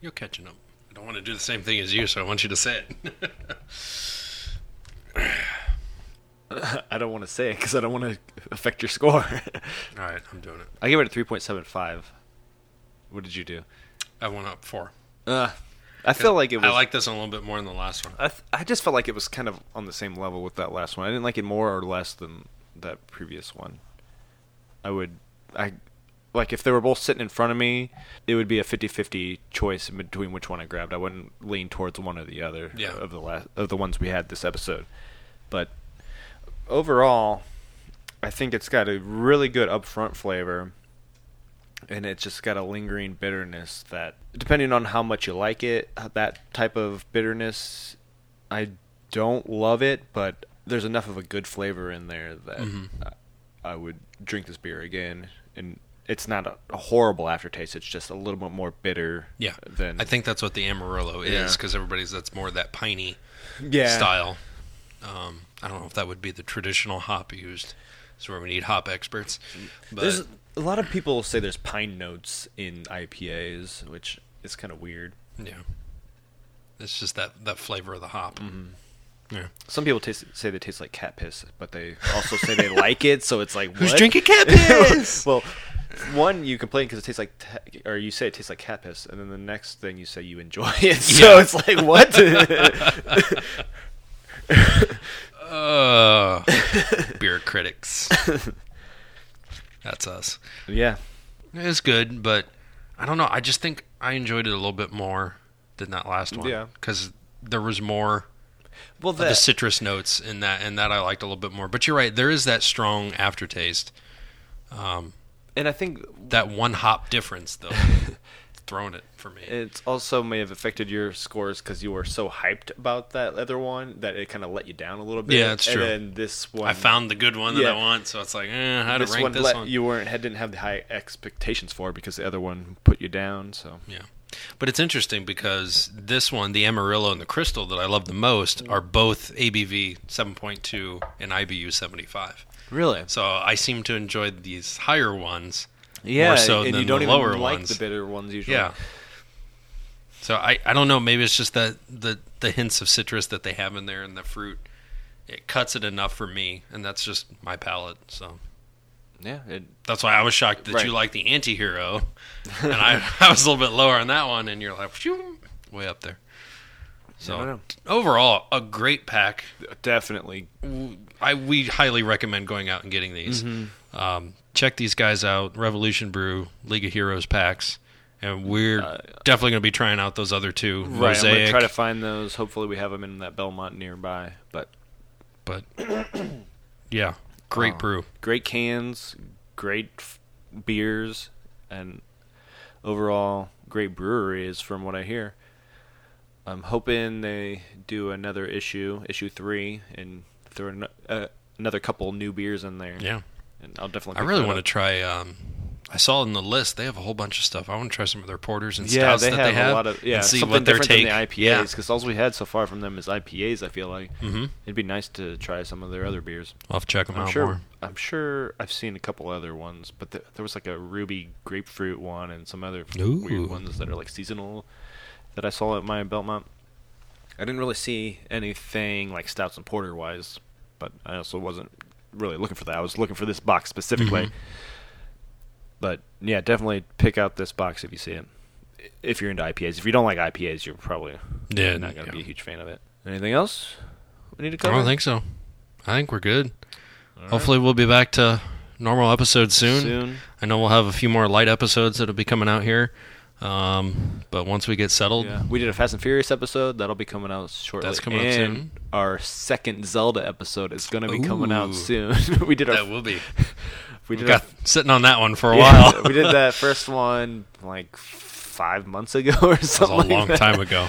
Speaker 1: you're catching up. I don't want to do the same thing as you, so I want you to say it.
Speaker 2: *laughs* I don't want to say it because I don't want to affect your
Speaker 1: *laughs*
Speaker 2: score. *laughs*
Speaker 1: All right, I'm doing it.
Speaker 2: I gave it a three point seven five. What did you do?
Speaker 1: I went up four.
Speaker 2: Uh, I feel like it was.
Speaker 1: I like this one a little bit more than the last one.
Speaker 2: I, th- I just felt like it was kind of on the same level with that last one. I didn't like it more or less than that previous one. I would I like if they were both sitting in front of me, it would be a 50-50 choice in between which one I grabbed. I wouldn't lean towards one or the other
Speaker 1: Yeah.
Speaker 2: of the last of the ones we had this episode. But overall, I think it's got a really good upfront flavor and it's just got a lingering bitterness that depending on how much you like it, uh, that type of bitterness I don't love it, but there's enough of a good flavor in there that
Speaker 1: Mm-hmm.
Speaker 2: I would drink this beer again. And it's not a, a horrible aftertaste. It's just a little bit more bitter.
Speaker 1: Yeah,
Speaker 2: Than
Speaker 1: I think that's what the Amarillo
Speaker 2: Yeah.
Speaker 1: is because everybody's that's more that piney
Speaker 2: yeah.
Speaker 1: style. Um, I don't know if that would be the traditional hop used. So where we need hop experts, but
Speaker 2: There's a lot of people say there's pine notes in IPAs, which is kind of weird.
Speaker 1: yeah, it's just that that flavor of the hop.
Speaker 2: Mm-hmm. *laughs*
Speaker 1: Yeah.
Speaker 2: Some people taste, say they taste like cat piss, but they also say they like it. So it's like
Speaker 1: *laughs* Who's
Speaker 2: what?
Speaker 1: drinking
Speaker 2: *laughs*
Speaker 1: cat piss?
Speaker 2: well, one you complain because it tastes like, ta- or you say it tastes like cat piss, and then the next thing you say you enjoy *laughs* it. So
Speaker 1: Yeah.
Speaker 2: it's like what?
Speaker 1: *laughs* Uh, beer
Speaker 2: *laughs*
Speaker 1: critics. That's us.
Speaker 2: *laughs* yeah,
Speaker 1: It was good, but I don't know. I just think I enjoyed it a little bit more than that last one.
Speaker 2: Yeah.
Speaker 1: Because there was more
Speaker 2: well
Speaker 1: of the citrus notes in that, and that I liked a little bit more. But you're right. There is that strong aftertaste. Um,
Speaker 2: and I think
Speaker 1: that one hop difference,
Speaker 2: *laughs*
Speaker 1: though, throwing it for me.
Speaker 2: it also may have affected your scores because you were so hyped about that other one that it kind of let you down a little bit.
Speaker 1: Yeah, it's true.
Speaker 2: And then this one,
Speaker 1: I found the good one that
Speaker 2: Yeah.
Speaker 1: I want, so it's like, eh, how to
Speaker 2: this
Speaker 1: rank
Speaker 2: one
Speaker 1: this
Speaker 2: let
Speaker 1: one?
Speaker 2: you weren't had didn't have the high expectations for because the other one put you down. So
Speaker 1: Yeah. But it's interesting because this one, the Amarillo and the Crystal that I love the most, are both ABV 7.2 and IBU 75.
Speaker 2: really,
Speaker 1: So I seem to enjoy these higher ones.
Speaker 2: yeah,
Speaker 1: more so
Speaker 2: and
Speaker 1: than
Speaker 2: you don't
Speaker 1: the
Speaker 2: even
Speaker 1: lower
Speaker 2: like
Speaker 1: ones.
Speaker 2: the bitter ones usually.
Speaker 1: Yeah. So I, I don't know. Maybe it's just that the, the hints of citrus that they have in there and the fruit, it cuts it enough for me. And that's just my palate. So
Speaker 2: yeah, it,
Speaker 1: that's why I was shocked that
Speaker 2: Right.
Speaker 1: you like the anti hero. and I, *laughs* I was a little bit lower on that one. And you're like, phew, way up there. So
Speaker 2: I don't
Speaker 1: overall, a great pack.
Speaker 2: definitely.
Speaker 1: I we highly recommend going out and getting these.
Speaker 2: Mm-hmm.
Speaker 1: Um, check these guys out: Revolution Brew, League of Heroes packs, and we're definitely going to be trying out those other two.
Speaker 2: Uh, Right, I'm
Speaker 1: Mosaic,
Speaker 2: gonna try to find those. Hopefully, we have them in that Belmont nearby. But
Speaker 1: but yeah, great
Speaker 2: Oh.
Speaker 1: brew.
Speaker 2: great cans, great f- beers, and overall great breweries, from what I hear. I'm hoping they do another issue, issue three, and throw an, uh, another couple new beers in there.
Speaker 1: Yeah,
Speaker 2: and I'll definitely.
Speaker 1: I
Speaker 2: pick
Speaker 1: really
Speaker 2: that
Speaker 1: want to
Speaker 2: up.
Speaker 1: try. Um, I saw in the list they have a whole bunch of stuff. I want to try some of their porters and
Speaker 2: Yeah,
Speaker 1: stouts
Speaker 2: they
Speaker 1: that
Speaker 2: have,
Speaker 1: they have
Speaker 2: a lot of yeah,
Speaker 1: and see
Speaker 2: something
Speaker 1: what their
Speaker 2: different
Speaker 1: take.
Speaker 2: than the IPAs
Speaker 1: yeah,
Speaker 2: because all we had so far from them is IPAs. I feel like
Speaker 1: Mhm.
Speaker 2: it'd be nice to try some of their other beers.
Speaker 1: I'll have to check them
Speaker 2: I'm
Speaker 1: out
Speaker 2: sure.
Speaker 1: more.
Speaker 2: I'm sure I've seen a couple other ones, but th- there was like a ruby grapefruit one and some other f-
Speaker 1: Ooh.
Speaker 2: weird ones that are like seasonal that I saw at my Belmont. I didn't really see anything like stouts and porter wise, but I also wasn't really looking for that. I was looking for this box specifically.
Speaker 1: Mm-hmm.
Speaker 2: But yeah, definitely pick out this box if you see it. I- If you're into IPAs, if you don't like IPAs, you're probably
Speaker 1: Yeah,
Speaker 2: not going to
Speaker 1: yeah.
Speaker 2: be a huge fan of it. Anything else we need to
Speaker 1: I
Speaker 2: cover?
Speaker 1: don't think so. I think we're good. Hopefully, we'll be back to normal episodes
Speaker 2: Soon.
Speaker 1: I know we'll have a few more light episodes that'll be coming out here. Um, but once we get settled,
Speaker 2: Yeah, we did a Fast and Furious episode that'll be coming out shortly.
Speaker 1: That's coming up
Speaker 2: and
Speaker 1: soon.
Speaker 2: Our second Zelda episode is going to be coming
Speaker 1: Ooh.
Speaker 2: out soon. *laughs* we did our
Speaker 1: that will be.
Speaker 2: *laughs*
Speaker 1: We
Speaker 2: we did
Speaker 1: got
Speaker 2: our-
Speaker 1: sitting on that one for a
Speaker 2: *laughs* yeah,
Speaker 1: while.
Speaker 2: we did
Speaker 1: *laughs*
Speaker 2: that first one like five months ago *laughs* or
Speaker 1: That was
Speaker 2: something.
Speaker 1: a long
Speaker 2: like that.
Speaker 1: time ago.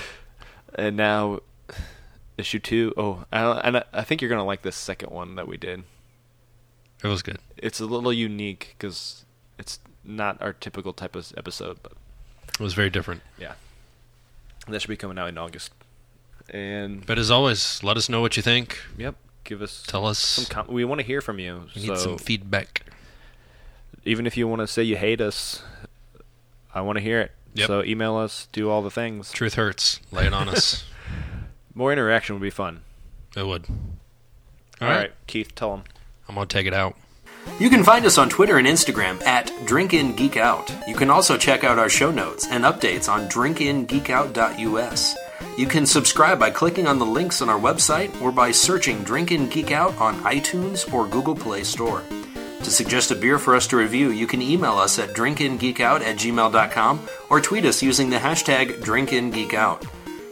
Speaker 2: And now issue two. Oh, I don't, and I- I think you're going to like this second one that we did.
Speaker 1: It was good.
Speaker 2: It's a little unique because it's not our typical type of episode, but
Speaker 1: It was very different.
Speaker 2: yeah, that should be coming out in August. And
Speaker 1: But as always, let us know what you think.
Speaker 2: yep, give us
Speaker 1: Tell us.
Speaker 2: some com- we want to hear from you.
Speaker 1: we need
Speaker 2: so
Speaker 1: some feedback.
Speaker 2: even if you want to say you hate us, I want to hear it.
Speaker 1: Yep.
Speaker 2: So email us, do all the things.
Speaker 1: Truth
Speaker 2: *laughs*
Speaker 1: hurts. Lay it on us.
Speaker 2: More interaction would be fun.
Speaker 1: It would.
Speaker 2: All right. Keith,
Speaker 1: *laughs*
Speaker 2: tell them.
Speaker 1: I'm going to take it out.
Speaker 3: You can find us on Twitter and Instagram at DrinkInGeekOut. You can also check out our show notes and updates on drinkingeekout.us. You can subscribe by clicking on the links on our website or by searching Drink In Geek Out on iTunes or Google Play Store. To suggest a beer for us to review, you can email us at drinkingeekout at gmail.com or tweet us using the hashtag DrinkInGeekOut.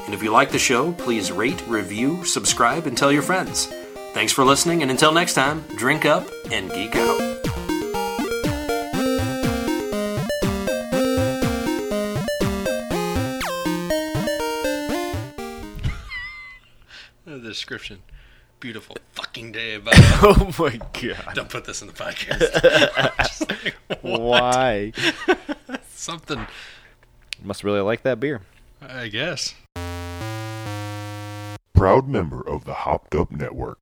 Speaker 3: And if you like the show, please rate, review, subscribe, and tell your friends. Thanks for listening, and until next time, drink up and geek out.
Speaker 1: The description. Beautiful fucking day. About
Speaker 2: Oh *laughs* my god.
Speaker 1: *laughs* Don't put this in the
Speaker 2: *laughs*
Speaker 1: podcast. Just like, what?
Speaker 2: Why?
Speaker 1: Something,
Speaker 2: Must really like that beer.
Speaker 1: I guess.
Speaker 4: Proud member of the Hopped Up Network.